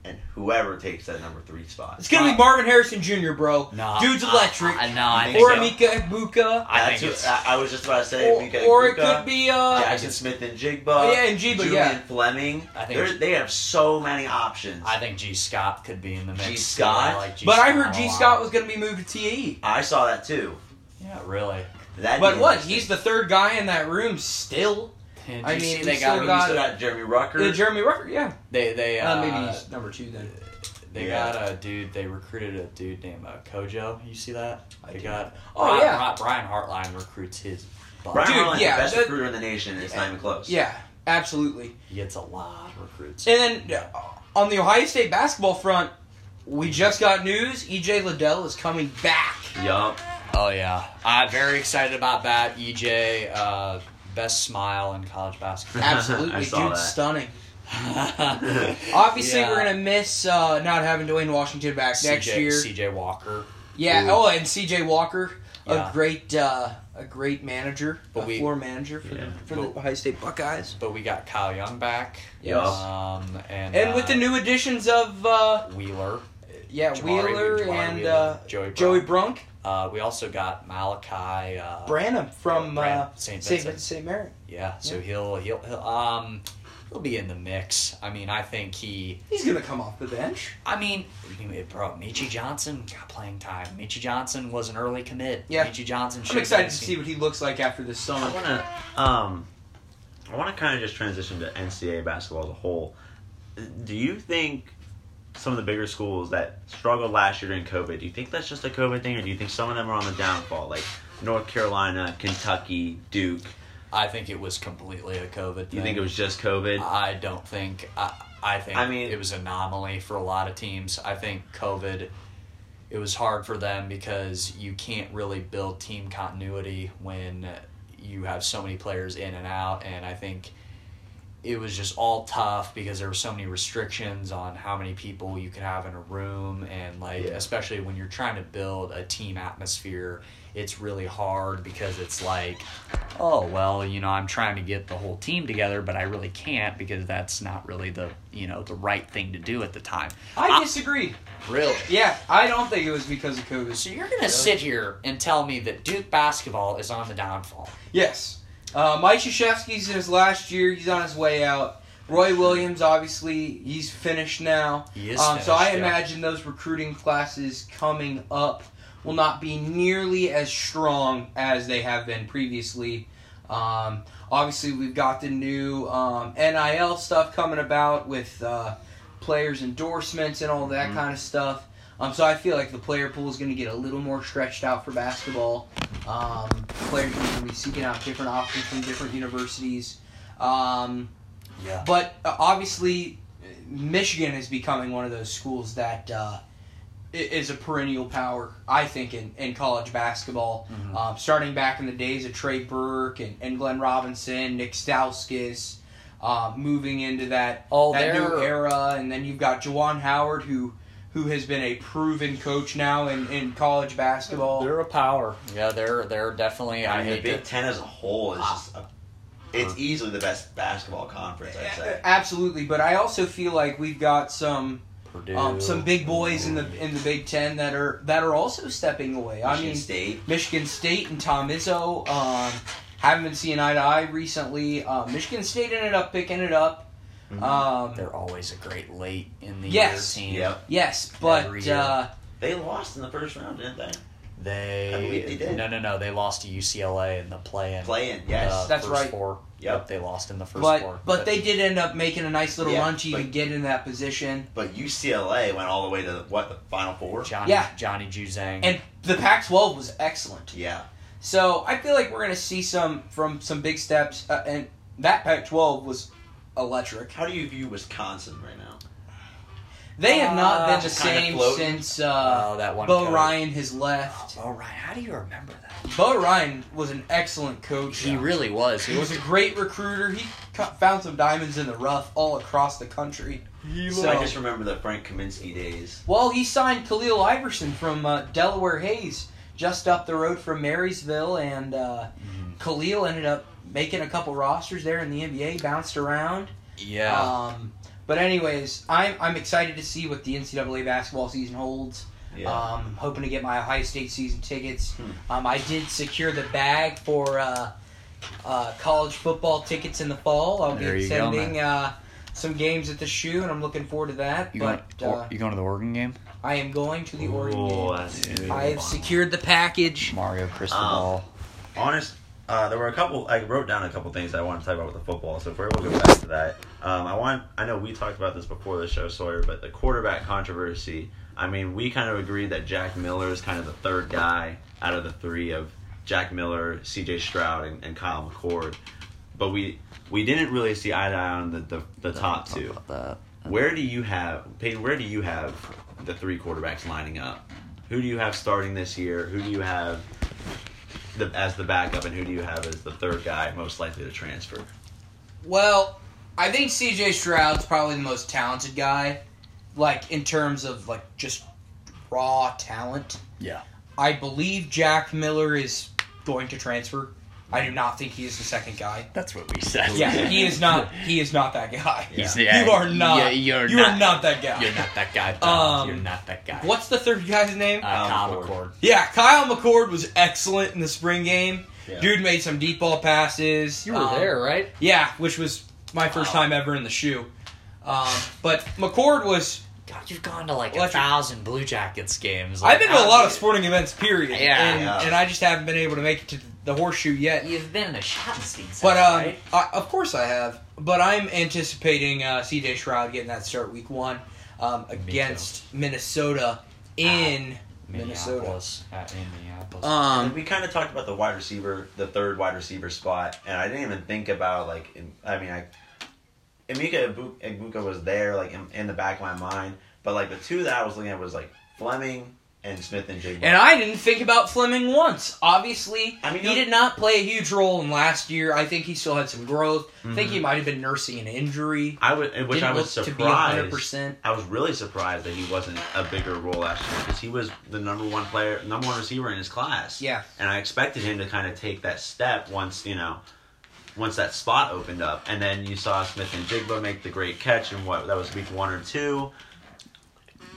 B: and whoever takes that number three spot.
C: It's going to be
A: Uh,
C: Marvin Harrison Jr., bro.
A: No,
C: Dude's electric.
A: I, I, no, I
B: You
A: think
C: or
B: so?
C: Amika Ibuka.
A: I
B: That's
A: think
B: who-
A: it's-
B: I, I was just about to say.
C: Or,
B: Mika
C: or it
B: Ibuka,
C: could be uh,
B: Jackson Smith and Jigba.
C: Oh, yeah, and Jigba,
B: Julian
C: yeah.
B: Fleming.
A: I think
B: They're-
A: it's-
B: they have so many options.
A: I think G Scott could be in the mix.
B: G.
A: too.
B: Scott?
A: I like G.
C: But I
A: Scott
C: heard
A: a
C: G
A: lot.
C: Scott was going to be moved to TAE.
B: I saw that too.
A: Yeah, really.
B: That
C: But what? He's the third guy in that room still.
A: Did
C: I
A: you
C: mean,
A: see
C: we
A: they
C: still
A: got,
B: got,
C: got-
B: got Jeremy Rucker.
C: Uh, Jeremy Rucker, yeah.
A: they they
C: Uh,
A: uh,
C: maybe he's number two then.
A: They
B: Yeah.
A: got a dude. They recruited a dude named uh, Kojo. You see that?
C: I
A: they
C: do.
A: got.
C: Oh,
A: Brian,
C: yeah.
A: Ro- Brian Hartline recruits his. Butt.
B: Brian
C: Dude,
B: Harlan's
C: yeah,
B: the best
C: that-
B: recruiter in the nation. It's not even close.
C: Yeah, absolutely.
A: He gets a lot of recruits.
C: And then uh, on the Ohio State basketball front, we just got news: EJ Liddell is coming back.
B: Yup.
A: Oh yeah, I'm very excited about that. EJ, uh, best smile in college basketball.
C: Absolutely,
B: I
C: dude,
B: saw that.
C: stunning. Obviously,
A: Obviously,
C: we're gonna miss uh, not having Dwayne Washington back next year.
A: CJ Walker,
C: yeah.
B: Ooh.
C: Oh, and CJ Walker,
A: Yeah.
C: a great, uh, a great manager,
A: But
C: a
A: we-
C: floor manager for,
B: Yeah.
C: the, for the
A: But-
C: Ohio State Buckeyes.
A: but we got Kyle Young back.
B: Yes.
A: Um, and
C: And with
A: uh,
C: the new additions of uh,
A: Wheeler,
C: yeah
A: Jamari-
C: Wheeler
A: Jamari
C: and
A: Wheeler,
C: uh,
A: Joey Brown.
C: Joey Brunk,
A: uh, we also got Malachi uh,
C: Branham from
A: Bran-
C: uh,
A: St.
C: St.
A: Vincent.
C: St. Mary.
A: Yeah, so
C: Yeah.
A: he'll he'll he'll um he'll be in the mix. I mean, I think he.
C: He's gonna come off the bench.
A: I mean, bro, Michi Johnson got playing time. Michi Johnson was an early commit.
C: Yeah.
A: Michi Johnson.
C: I'm
A: should've
C: excited
A: been
C: to
A: seen-
C: see what he looks like after this
B: I
C: summer.
B: want to um, I want to kind of just transition to NCAA basketball as a whole. Do you think some of the bigger schools that struggled last year during COVID? Do you think that's just a COVID thing, or do you think some of them are on the downfall, like North Carolina, Kentucky, Duke?
A: I think it was completely a COVID.
B: Do you think it was just COVID?
A: I don't think. I, I think.
B: I mean-
A: it was an anomaly for a lot of teams. I think COVID. It was hard for them because you can't really build team continuity when you have so many players in and out, and I think it was just all tough because there were so many restrictions on how many people you could have in a room and like
B: Yeah.
A: especially when you're trying to build a team atmosphere it's really hard because it's like oh well you know i'm trying to get the whole team together but i really can't because that's not really the you know the right thing to do at the time
C: I disagree.
A: really
C: Yeah, I don't think it was because of COVID.
A: so you're gonna sit here and tell me that duke basketball is on the downfall
C: Yes. Uh, Mike Krzyzewski's in his last year. He's on his way out. Roy Williams, obviously, he's finished now.
A: He is
C: um, so I
A: finished, yeah.
C: imagine those recruiting classes coming up will not be nearly as strong as they have been previously. Um, obviously, we've got the new um, NIL stuff coming about with uh, players' endorsements and all that
A: Mm-hmm.
B: Mhm.
C: kind of stuff. Um, so I feel like the player pool is going to get a little more stretched out for basketball. Um, players are going to be seeking out different options from different universities. Um,
A: yeah
C: but uh, obviously, Michigan is becoming one of those schools that uh, i- is a perennial power, I think, in, in college basketball. Um, starting back in the days of Trey Burke and, and Glenn Robinson, Nick Stauskas, uh, moving into that,
A: oh
C: that
A: they're
C: new era. And then you've got Jawan Howard, who who has been a proven coach now in, in college basketball.
A: they're a power yeah they're they're definitely i,
F: I mean, the
A: hate Uh-huh. to-
F: Big Ten as a whole is just a, it's easily the best basketball conference, I'd say.
C: Absolutely, but I also feel like we've got some
A: Purdue.
C: um, some big boys in the in the Big Ten that are that are also stepping away. I
F: Michigan
C: mean,
F: State.
C: Michigan State and Tom Izzo um, haven't been seeing eye to eye recently. Uh, Michigan State ended up picking it up. Um,
A: mm-hmm.
B: Uh,
A: They're always a great late in the
C: Yes.
A: year team.
F: Yep.
C: yes,
A: Every
C: but
A: year.
C: uh,
F: They lost in the first round, didn't they?
A: They,
F: I believe they did.
A: no no no they lost to UCLA in the play-in.
F: Playing, yes.
A: uh,
C: That's
A: first
C: right.
A: Four.
F: Yep.
A: they lost in the first
C: but
A: four.
C: but they did end up making a nice little
F: Yeah,
C: run to even
F: but-
C: get in that position.
A: Mm-hmm.
F: But UCLA went all the way to what the Final Four.
A: Johnny
C: Yeah.
A: Johnny Juzang.
C: And the Pac-12 was excellent.
F: Yeah,
C: So I feel like we're going to see some from some big steps, uh, and that Pac-12 was electric.
F: how do you view Wisconsin right now?
C: They have not
A: Uh,
C: been the
F: just kinda
C: same
F: floating.
C: since
A: oh
C: uh,
A: that one.
C: Bo
A: coach.
C: Ryan has left.
A: Bo Ryan. How do you remember that?
C: Bo Ryan was an excellent coach.
A: He really was.
C: He was a great recruiter. He co- found some diamonds in the rough all across the country.
A: He
C: So-
F: I just remember the Frank Kaminsky days.
C: Well, he signed Khalil Iverson from uh, Delaware Hayes, just up the road from Marysville, and uh,
A: Mm-hmm.
C: Khalil ended up making a couple rosters there in the NBA, bounced around.
A: yeah.
C: Um, but anyways, I'm I'm excited to see what the NCAA basketball season holds.
F: Yeah,
C: Um, hoping to get my Ohio State season tickets.
F: Hmm.
C: Um, I did secure the bag for uh, uh, college football tickets in the fall. I'll
A: There
C: be
A: you go,
C: attending uh, some games at the shoe, and I'm looking forward to that.
A: you going?
C: but uh,
A: you going to the Oregon game?
C: I am going to the Oregon
B: Ooh,
C: game.
B: that's
A: Yeah.
C: I have
B: fun.
C: secured the package.
A: Mario Cristobal.
B: Honest, uh, there were a couple. I wrote down a couple things I wanted to talk about with the football. So if we're able to go back to that. Um, I want. I know we talked about this before the show, Sawyer, but the quarterback controversy. I mean, we kind of agreed that Jack Miller is kind of the third guy out of the three of Jack Miller, C.J. Stroud, and, and Kyle McCord. But we we didn't really see eye to eye on the the, the top
A: Talk
B: two.
A: about that.
B: Where do you have Peyton? Where do you have the three quarterbacks lining up? Who do you have starting this year? Who do you have the, as the backup, and who do you have as the third guy most likely to transfer?
C: Well, I think CJ Stroud's probably the most talented guy, like in terms of like just raw talent.
A: Yeah.
C: I believe Jack Miller is going to transfer. I do not think he is the second guy.
A: That's what we said.
C: Yeah, he is not. He is not that guy.
A: He's the-
C: You are not.
A: Yeah,
C: you're
A: you're
C: not,
A: not.
C: that guy.
A: You're not that guy. Tom.
C: Um,
A: you're not that guy.
C: What's the third guy's name?
A: Uh,
B: Kyle
A: Kyle McCord.
C: yeah, Kyle McCord was excellent in the spring game.
G: Yeah.
C: Dude made some deep ball passes.
H: You were
C: Um,
H: there, right?
C: Yeah, which was my first time ever in the shoe. Um, but McCord was.
H: God, you've gone to like
C: Electric.
H: a thousand Blue Jackets games.
C: I've been to a lot of
H: how-
C: sporting events, period.
H: Yeah.
C: and,
G: Yeah.
C: and I just haven't been able to make it to the horseshoe yet.
H: You've been in a Schottenstein.
C: But um,
H: right?
C: I, of course I have. But I'm anticipating uh, C.J. Shroud getting that start week one um, against Minnesota in Minnesota.
H: Minneapolis. At Minneapolis.
G: And
C: Um,
G: we kind of talked about the wide receiver, the third wide receiver spot, and I didn't even think about like. In, I mean, I Emeka Ibu- Egbuka was there, like in, in the back of my mind, but like the two that I was looking at was like Fleming and Smith and Jigba.
C: and I didn't think about Fleming once. Obviously,
G: I mean,
C: he
G: no-
C: did not play a huge role in last year. I think he still had some growth. I think he
B: Mhm.
C: might have been nursing an injury.
B: I would, and which
C: Didn't
B: I was
C: look to be 100%.
B: surprised. I was really surprised that he wasn't a bigger role last year because he was the number one player, number one receiver in his class.
C: Yeah.
B: and I expected him to kind of take that step once you know, once that spot opened up, and then you saw Smith and Jigba make the great catch in what that was week one or two.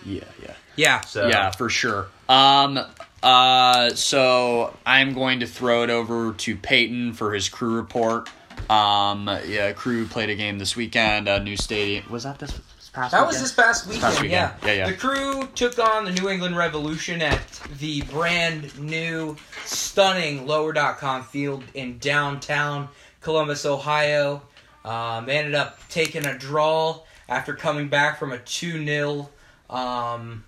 A: Yeah, yeah.
C: Yeah.
B: So
A: yeah, for sure. Um, uh, so I'm going to throw it over to Peyton for his crew report. Um, yeah, crew played a game this weekend. A new stadium was that this past
C: That
A: weekend?
C: was this past weekend.
A: Past weekend.
C: Yeah.
A: Yeah, yeah.
C: The crew took on the New England Revolution at the brand new, stunning Lower.com field in downtown Columbus, Ohio. Um, they ended up taking a draw after coming back from a 2 0 um,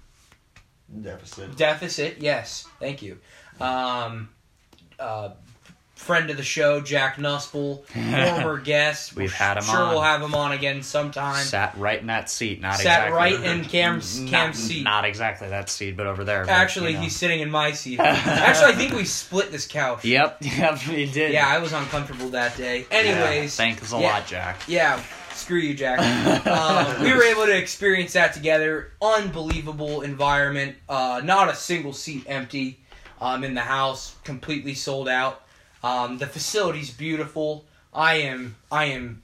G: deficit.
C: deficit. Yes, thank you. Um, uh, friend of the show, Jack Nussel, former guest.
A: We've had him
C: sure
A: on.
C: we'll have him on again sometime.
A: sat right in that seat. Not
C: Sat
A: exactly
C: right in Cam's-
A: not,
C: Cam's seat.
A: Not exactly that seat, but over there. but,
C: Actually,
A: you know.
C: he's sitting in my seat. Actually, I think we split this couch.
A: Yep, yep, he did.
C: Yeah, I was uncomfortable that day. Anyways, yeah,
A: thanks a
C: yeah.
A: lot, Jack.
C: screw you, Jack. um, we were able to experience that together. Unbelievable environment. Uh, not a single seat empty um, in the house. Completely sold out. Um, the facility's beautiful. I am I am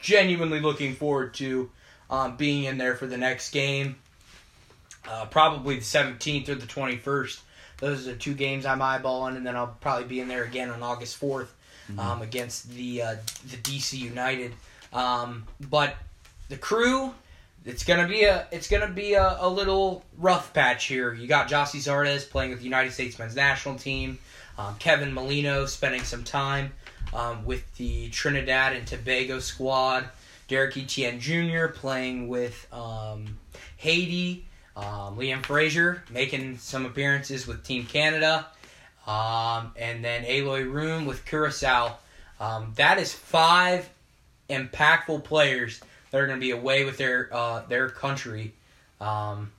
C: genuinely looking forward to um, being in there for the next game. Uh, probably the 17th or the 21st. Those are the two games I'm eyeballing, and then I'll probably be in there again on August 4th um, against the uh, the DC United. Um, but the crew, it's gonna be a it's gonna be a, a little rough patch here. You got Jossie Zardes playing with the United States men's national team. Um, Kevin Molino spending some time um, with the Trinidad and Tobago squad. Derek Etienne Jr. playing with um, Haiti. Um, Liam Frazier making some appearances with Team Canada. Um, and then Aloy Room with Curacao. Um, that is five impactful players that are going to be away with their uh, their country. Um,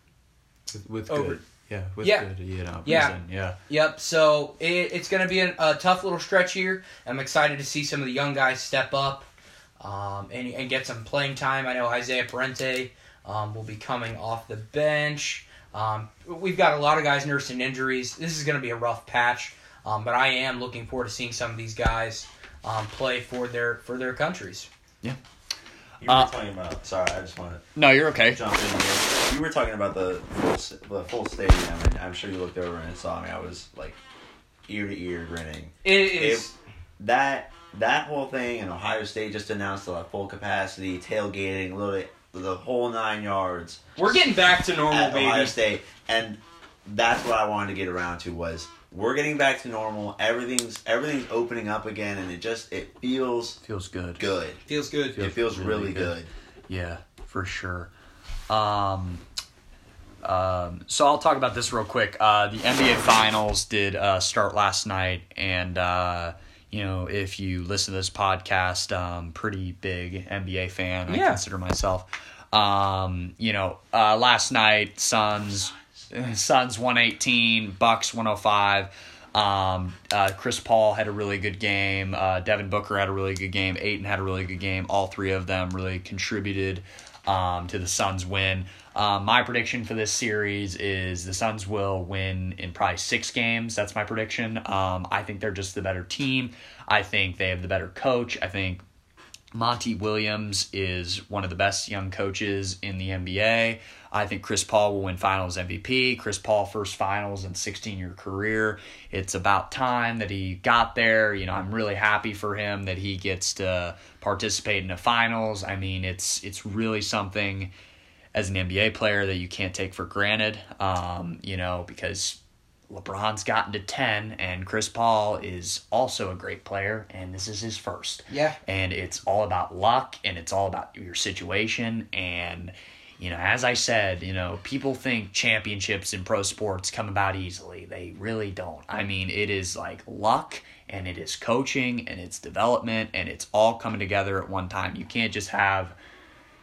A: With, with
C: Over.
A: good, yeah, with
C: Yeah.
A: good, you know,
C: Yeah.
A: reason, yeah.
C: Yep. So it, it's going to be a, a tough little stretch here. I'm excited to see some of the young guys step up um, and, and get some playing time. I know Isaiah Parente um, will be coming off the bench. Um, we've got a lot of guys nursing injuries. This is going to be a rough patch, um, but I am looking forward to seeing some of these guys um, play for their for their countries.
G: You were
A: Uh,
G: talking about. Sorry, I just want to
A: No, you're okay.
G: jump in here. You were talking about the full, s- the full stadium, and I'm sure you looked over and saw me. I was like ear to ear grinning.
C: It is
G: that that whole thing and Ohio State just announced the full capacity tailgating, little the whole nine yards
C: we're getting back to normal,
G: at Ohio
C: baby.
G: State, and that's what I wanted to get around to was we're getting back to normal. Everything's everything's opening up again, and it just it feels
A: Feels good.
G: good.
C: Feels good.
G: it feels really, good.
A: Yeah, for sure. Um, um, so I'll talk about this real quick. Uh, the NBA Finals did uh, start last night, and uh, you know, if you listen to this podcast, um, pretty big NBA fan. I
C: Yeah.
A: consider myself. Um, you know, uh, last night Suns, Suns one eighteen, Bucks one hundred five. Um, uh, Chris Paul had a really good game. Uh, Devin Booker had a really good game. Aiton had a really good game. All three of them really contributed um, to the Suns win. Um, my prediction for this series is the Suns will win in probably six games. That's my prediction. Um, I think they're just the better team. I think they have the better coach. I think Monty Williams is one of the best young coaches in the NBA. I think Chris Paul will win finals MVP. Chris Paul, first finals in 16 year career. It's about time that he got there. You know, I'm really happy for him that he gets to participate in the finals. I mean, it's it's really something as an NBA player that you can't take for granted. Um, you know, because LeBron's gotten to 10 and Chris Paul is also a great player and this is his first
C: Yeah.
A: and it's all about luck and it's all about your situation and you know as i said you know people think championships in pro sports come about easily they really don't i mean it is like luck and it is coaching and it's development and it's all coming together at one time you can't just have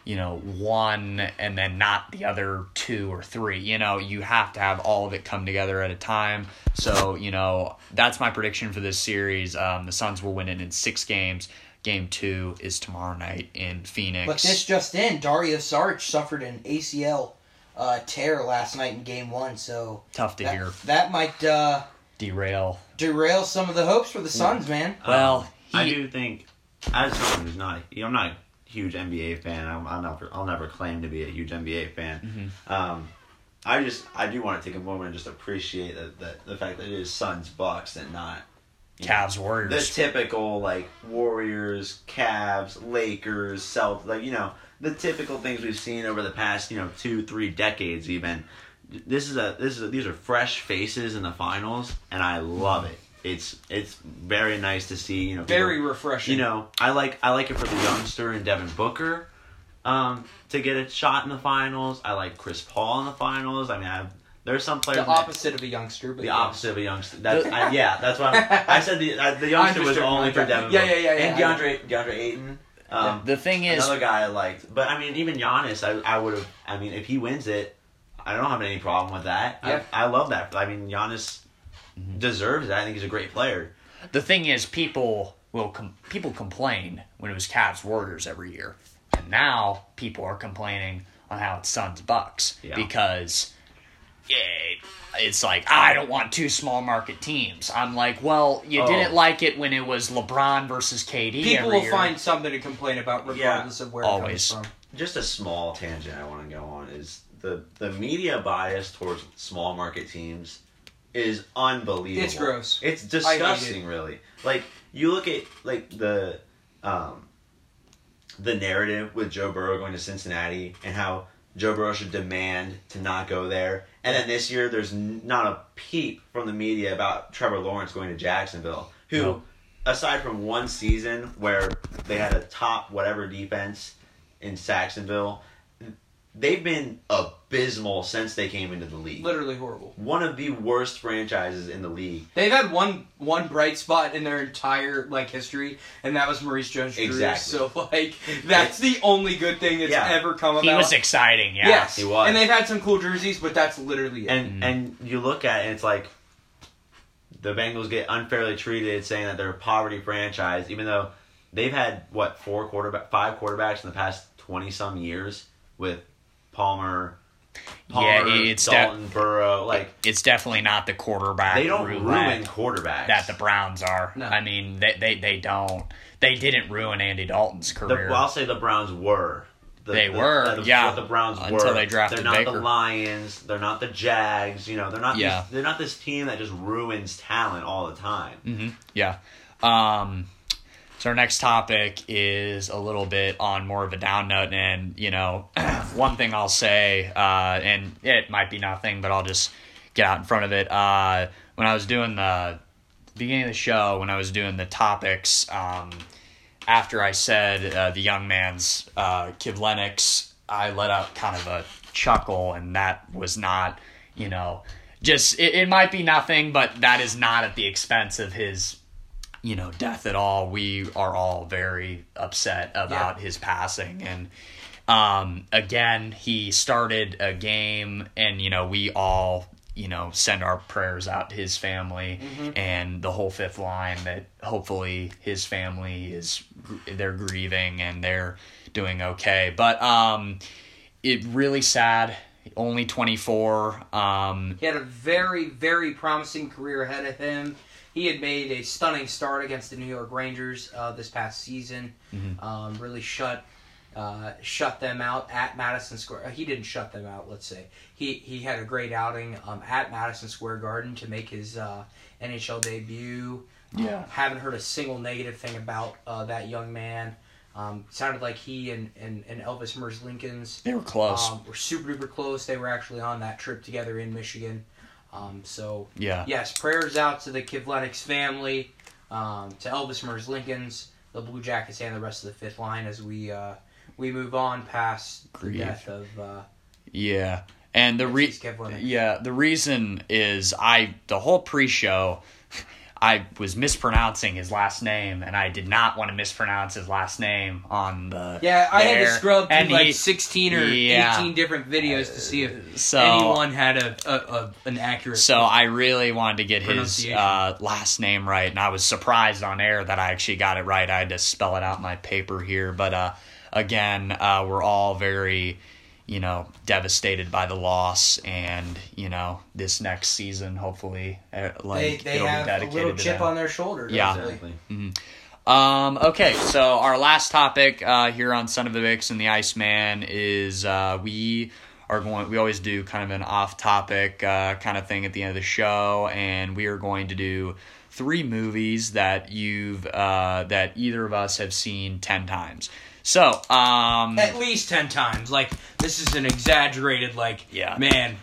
A: you know one and then not the other two or three you know you have to have all of it come together at a time so you know that's my prediction for this series um, the suns will win it in six games game two is tomorrow night in phoenix
C: But this just in, Dario Saric suffered an ACL uh, tear last night in game one, so
A: tough to
C: that,
A: hear
C: that might uh,
A: derail
C: derail some of the hopes for the Suns, man.
G: Um,
A: well he,
B: Um, I do think, as someone who's not, you know, I'm not a huge NBA fan. I'm, I'll never, I'll never claim to be a huge NBA fan.
G: Mm-hmm.
B: Um, I just, I do want to take a moment and just appreciate that the, the fact that it is Suns Bucks and not
A: Cavs
G: The
A: warriors
G: typical like Warriors, Cavs, Lakers, Celtics, like you know the typical things we've seen over the past you know two, three decades even.
B: This is a, this is a, these are fresh faces in the finals, and I love it. It's, it's very nice to see. You know, people-
C: Very refreshing.
B: You know, I like I like it for the youngster and Devin Booker um, to get a shot in the finals. I like Chris Paul in the finals. I mean, I've, there's some players.
C: the
B: in that-
C: opposite of a youngster, but
B: The
C: yeah.
B: opposite of a youngster. That's, I, yeah, that's why I'm- i said the uh, the youngster was
C: understood.
B: only for Devin.
C: Yeah,
B: Booker.
C: yeah, yeah, yeah.
B: And DeAndre DeAndre Ayton. Um,
A: the thing is
B: another guy I liked, but I mean, even Giannis, I, I would have. I mean, if he wins it, I don't have any problem with that.
C: Yeah. Mm-hmm.
B: I, I love that. I mean, Giannis deserves that. I think he's a great player.
A: the thing is people will com- people complain when it was Cavs Warriors every year, and now people are complaining on how it's Suns Bucks
B: Yeah.
A: because it, it's like "Ah, I don't want two small market teams. I'm like, well, you
B: Oh.
A: didn't like it when it was LeBron versus KD.
C: People
A: every
C: will
A: year.
C: find something to complain about regardless of where
A: Always.
C: it comes from.
G: Just a small tangent I want to go on is the the media bias towards small market teams is unbelievable.
C: It's gross.
G: It's disgusting, really. Like you look at like the um, the narrative with Joe Burrow going to Cincinnati and how Joe Burrow should demand to not go there, and then this year there's n- not a peep from the media about Trevor Lawrence going to Jacksonville, who.
A: No.
G: Aside from one season where they had a top whatever defense in Saxonville, they've been abysmal since they came into the league.
C: Literally horrible.
G: One of the worst franchises in the league.
C: They've had one one bright spot in their entire like history, and that was Maurice Jones-Drew.
G: Exactly.
C: So like, that's the only good thing that's
G: Yeah.
C: ever come about.
A: He was exciting, yeah.
C: yes,
G: He was.
C: and they've had some cool jerseys, but that's literally it.
A: Mm-hmm.
B: and and you look at it and it's like the Bengals get unfairly treated saying that they're a poverty franchise even though they've had what four quarterback five quarterbacks in the past 20 some years with Palmer Palmer,
A: Yeah, it's that-
B: Dalton Burrow like
A: It's definitely not the quarterback.
B: they don't
A: roulette.
B: ruin quarterbacks
A: that the Browns are.
C: No.
A: I mean, they, they they don't. They didn't ruin Andy Dalton's
B: the,
A: career.
B: well, I'll say the Browns were The-
A: They
B: the-
A: were,
B: the-
A: yeah,
B: what the Browns were
A: until they drafted
B: They're not the
A: Baker.
B: Lions. They're not the Jags. You know, they're not.
A: Yeah.
B: These, they're not this team that just ruins talent all the time.
A: Mm-hmm. Yeah. Um, so our next topic is a little bit on more of a down note, and you know, one thing I'll say, uh, and it might be nothing, but I'll just get out in front of it. Uh, when I was doing the beginning of the show when I was doing the topics. Um, after I said uh, the young man's uh, Kiv Lennox, I let out kind of a chuckle, and that was not, you know, just it, it might be nothing, but that is not at the expense of his, you know, death at all. We are all very upset about his passing, and um, again, he started a game, and you know, we all you know send our prayers out to his family and the whole fifth line that hopefully his family is they're grieving and they're doing okay but um it really sad only 24 um
C: He had a very, very promising career ahead of him. He had made a stunning start against the New York Rangers uh, this past season. Um, really shut uh, shut them out at Madison Square. uh, He didn't shut them out. Let's say he he had a great outing um, at Madison Square Garden to make his uh, NHL debut.
A: Yeah.
C: Um, haven't heard a single negative thing about uh, that young man. Um, sounded like he and, and, and Elvis Merz Lincoln's
A: they were close
C: um, were super duper close. They were actually on that trip together in Michigan. Um, so
A: yeah
C: yes, prayers out to the Kivlenix family, um, to Elvis Merz Lincoln's, the Blue Jackets, and the rest of the fifth line as we uh, we move on past
A: Grieve.
C: the death of uh,
A: Yeah. And the re-
C: Alexis Kivlenix.
A: yeah, the reason is I the whole pre-show I was mispronouncing his last name and I did not want to mispronounce his last name on the
C: yeah. I had
A: there.
C: to scrub through
A: And
C: like
A: he-
C: sixteen or
A: Yeah. Uh,
C: eighteen different videos to see if
A: so
C: anyone had a, a, a an accurate.
A: so I really wanted to get his
C: Pronunciation.
A: uh, last name right, and I was surprised on air that I actually got it right. I had to spell it out in my paper here, but uh, again, uh, we're all very, you know, devastated by the loss, and you know, this next season, hopefully, uh,
C: they
A: like
C: they
A: it'll be
C: have a
A: dedicated
C: little
A: to
C: chip
A: them.
C: on their shoulder.
A: Yeah.
C: definitely.
G: Exactly.
A: Um, okay, so our last topic uh, here on Son of the Vix and the Iceman is uh, we are going. We always do kind of an off-topic uh, kind of thing at the end of the show, and we are going to do three movies that you've uh, that either of us have seen ten times. So, um,
C: at least 10 times like this is an exaggerated like
A: Yeah.
C: man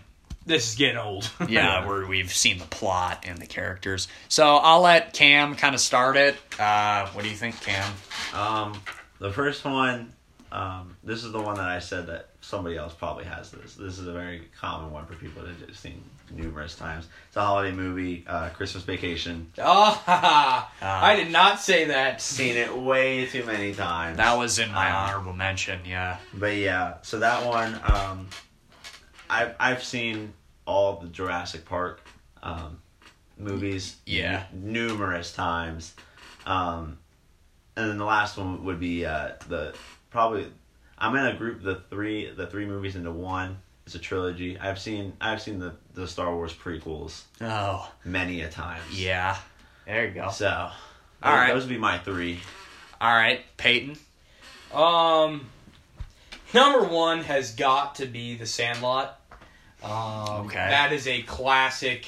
C: this is getting old
A: yeah, where we've seen the plot and the characters. So I'll let Cam kind of start it. Uh, what do you think, Cam?
B: Um, the first one, um, this is the one that I said that somebody else probably has this. This is a very common one for people to have seen numerous times. It's a holiday movie, uh, Christmas Vacation.
C: oh ha, ha.
A: Ah.
C: i did not say that
B: Seen it way too many times.
A: That was in my
B: Uh,
A: honorable mention. Yeah.
B: But yeah, so that one, um, I've I've seen all the Jurassic Park um, movies,
A: Yeah.
B: n- numerous times, um, and then the last one would be uh, the probably I'm gonna group the three the three movies into one. It's a trilogy. I've seen I've seen the the Star Wars prequels
A: Oh.
B: many a times.
A: Yeah. There you go.
B: So, all
A: right.
B: those would be my three.
A: All right, Peyton.
C: um number one has got to be the sandlot um
A: Okay.
C: that is a classic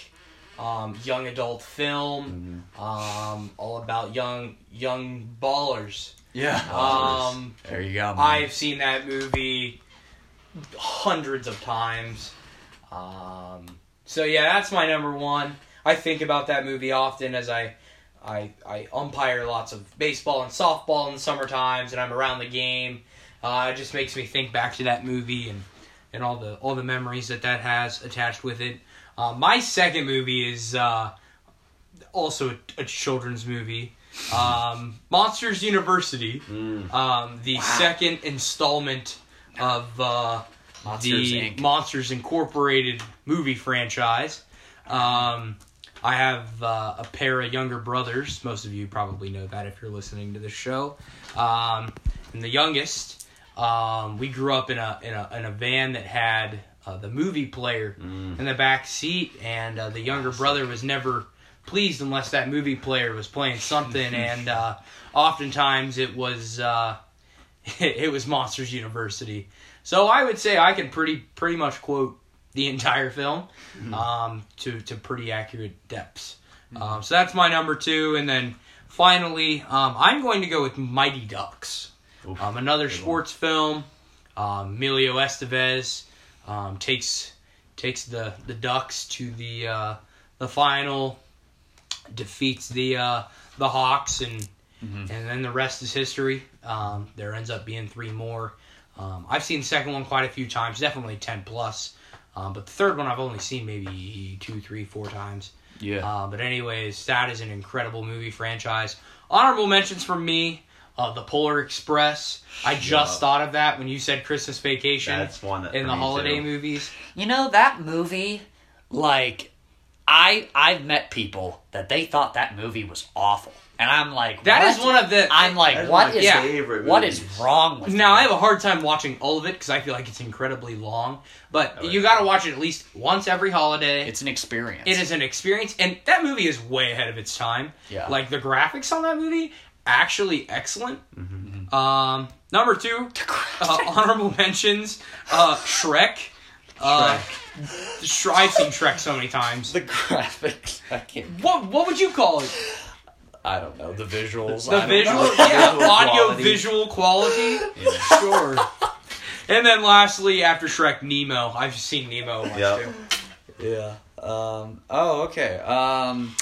C: um, young adult film um, all about young young ballers
A: Yeah.
C: um,
A: There you go. man.
C: I've seen that movie hundreds of times. Um, so yeah, that's my number one. I think about that movie often as I, I, I umpire lots of baseball and softball in the summer times, and I'm around the game. Uh, it just makes me think back to that movie and, and all the all the memories that that has attached with it. Uh, my second movie is uh, also a, a children's movie, um, Monsters University um, the second installment of uh,
A: Monsters,
C: the
A: Inc.
C: Monsters Incorporated movie franchise. Um, I have uh, a pair of younger brothers. Most of you probably know that if you're listening to this show. Um, and the youngest, um, we grew up in a in a in a van that had uh, the movie player
A: Mm.
C: in the back seat, and uh, the younger brother was never pleased unless that movie player was playing something, and uh, oftentimes it was uh, it was Monsters University. So I would say I can pretty pretty much quote the entire film
B: Mm-hmm.
C: um, to to pretty accurate depths. Um, so that's my number two, and then finally um, I'm going to go with Mighty Ducks,
B: Oof,
C: um, another
B: good one.
C: sports film. Um, Emilio Estevez um, takes takes the the Ducks to the uh, the final, defeats the uh, the Hawks, and
B: Mm-hmm.
C: and then the rest is history. Um, there ends up being three more. Um, I've seen the second one quite a few times, definitely ten plus. Um, but the third one I've only seen maybe two, three, four times.
A: Yeah.
C: Uh, but anyways, that is an incredible movie franchise. Honorable mentions from me. Uh, the Polar Express. I just
B: Yeah.
C: thought of that when you said Christmas Vacation
B: That's one that
C: in
B: for
C: the
B: me,
C: holiday
B: too.
C: movies.
I: You know that movie, like, I I've met people that they thought that movie was awful, and I'm like,
C: That is
I: what?
C: one of the.
I: I'm like,
B: That's
I: what
B: one of my
I: is
C: yeah.
B: favorite
I: what is
B: movies.
I: wrong with
C: Now
I: you?
C: I have a hard time watching all of it because I feel like it's incredibly long. But
B: Oh,
C: you
B: yeah.
C: got to watch it at least once every holiday.
A: It's an experience.
C: it is an experience, and that movie is way ahead of its time.
A: Yeah.
C: like the graphics on that movie actually excellent.
A: Mm-hmm.
C: Um, number two, uh, honorable mentions: uh, Shrek. Uh, Shrek. I've seen Shrek so many times.
A: the graphics. I can't.
C: what what would you call it?
A: I don't know the visuals.
C: The
A: I don't know.
C: visual,
B: know.
C: yeah,
B: Visual
C: audio
B: quality.
C: visual quality. Sure. and then lastly, after Shrek, Nemo. I've seen Nemo once
B: Yep.
C: too.
A: Yeah. Um, oh, okay. Um,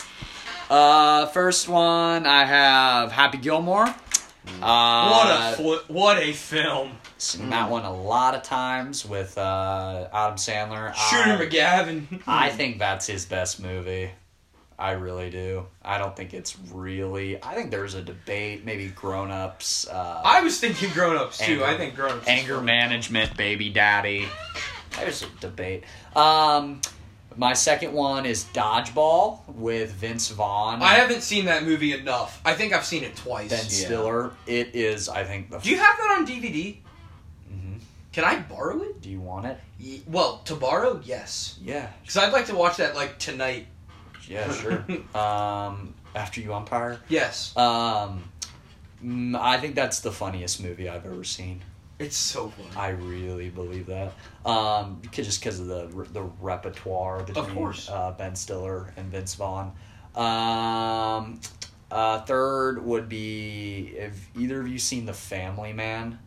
A: uh, first one I have Happy Gilmore. Uh,
C: What a fl- what a film.
A: seen that one a lot of times with uh, Adam Sandler.
C: Shooter
A: I,
C: McGavin.
A: I think that's his best movie. I really do. I don't think it's really. I think there's a debate, maybe grown ups, uh,
C: I was thinking grown ups too.
A: Anger.
C: I think grown ups.
A: anger management, baby daddy. There's a debate. Um, my second one is Dodgeball with Vince Vaughn.
C: I haven't seen that movie enough. I think I've seen it twice.
A: Ben Stiller. It is, I think, the.
C: Do you have that on DVD?
A: Mhm.
C: Can I borrow it?
A: Do you want it?
C: Ye- Well, to borrow, yes.
A: Yeah.
C: Because I'd like to watch that like tonight.
A: Yeah, sure. um, after you umpire.
C: Yes.
A: Um, mm, I think that's the funniest movie I've ever seen.
C: It's so funny.
A: I really believe that. Um, 'cause- just because of the re- the repertoire between
C: course.
A: Uh, Ben Stiller and Vince Vaughn. Um, uh, third would be have either of you seen The Family Man?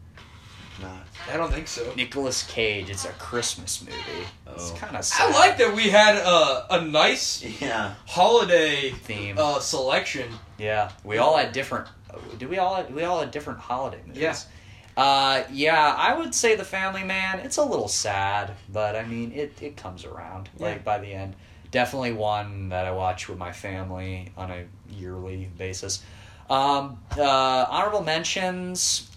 C: I don't think so.
A: Nicolas Cage. It's a Christmas movie. It's
B: Oh.
A: kind of.
C: I like that we had a, a nice
G: Yeah.
C: holiday
A: theme.
C: uh, selection.
A: Yeah, we all had different. Do we all? We all had different holiday movies.
C: Yeah.
A: Uh, yeah, I would say The Family Man. It's a little sad, but I mean, it it comes around. Like by the end, definitely one that I watch with my family on a yearly basis. Um, uh, honorable mentions: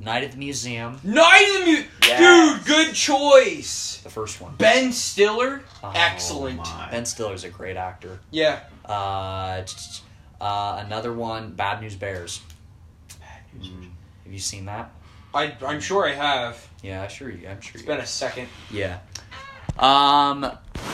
A: Night at the Museum,
C: Night of the Mu-
G: Yes.
C: Dude, good choice.
A: the first one.
C: Ben Stiller,
A: Oh,
C: excellent.
B: my.
A: Ben Stiller's a great actor.
C: Yeah.
A: Uh, t- t- uh, another one: Bad News Bears.
B: Mm.
A: Have you seen that?
C: I, I'm sure I have.
A: Yeah, I'm sure. You, I'm sure.
C: It's
A: you
C: been a second.
A: Yeah. Um.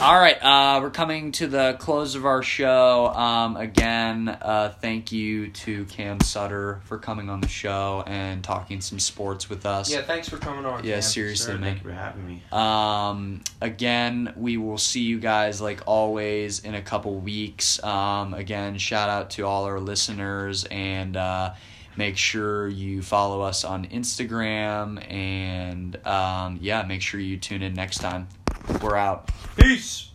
A: All right. Uh, we're coming to the close of our show. Um. Again, uh, thank you to Cam Sutter for coming on the show and talking some sports with us.
C: Yeah, thanks for coming on.
A: Yeah.
C: Cam.
A: seriously,
B: Sure,
A: man.
B: thank you for having me.
A: Um, again, we will see you guys like always in a couple weeks. Um, again, shout out to all our listeners and uh, make sure you follow us on Instagram and um, yeah, make sure you tune in next time. We're out.
C: Peace.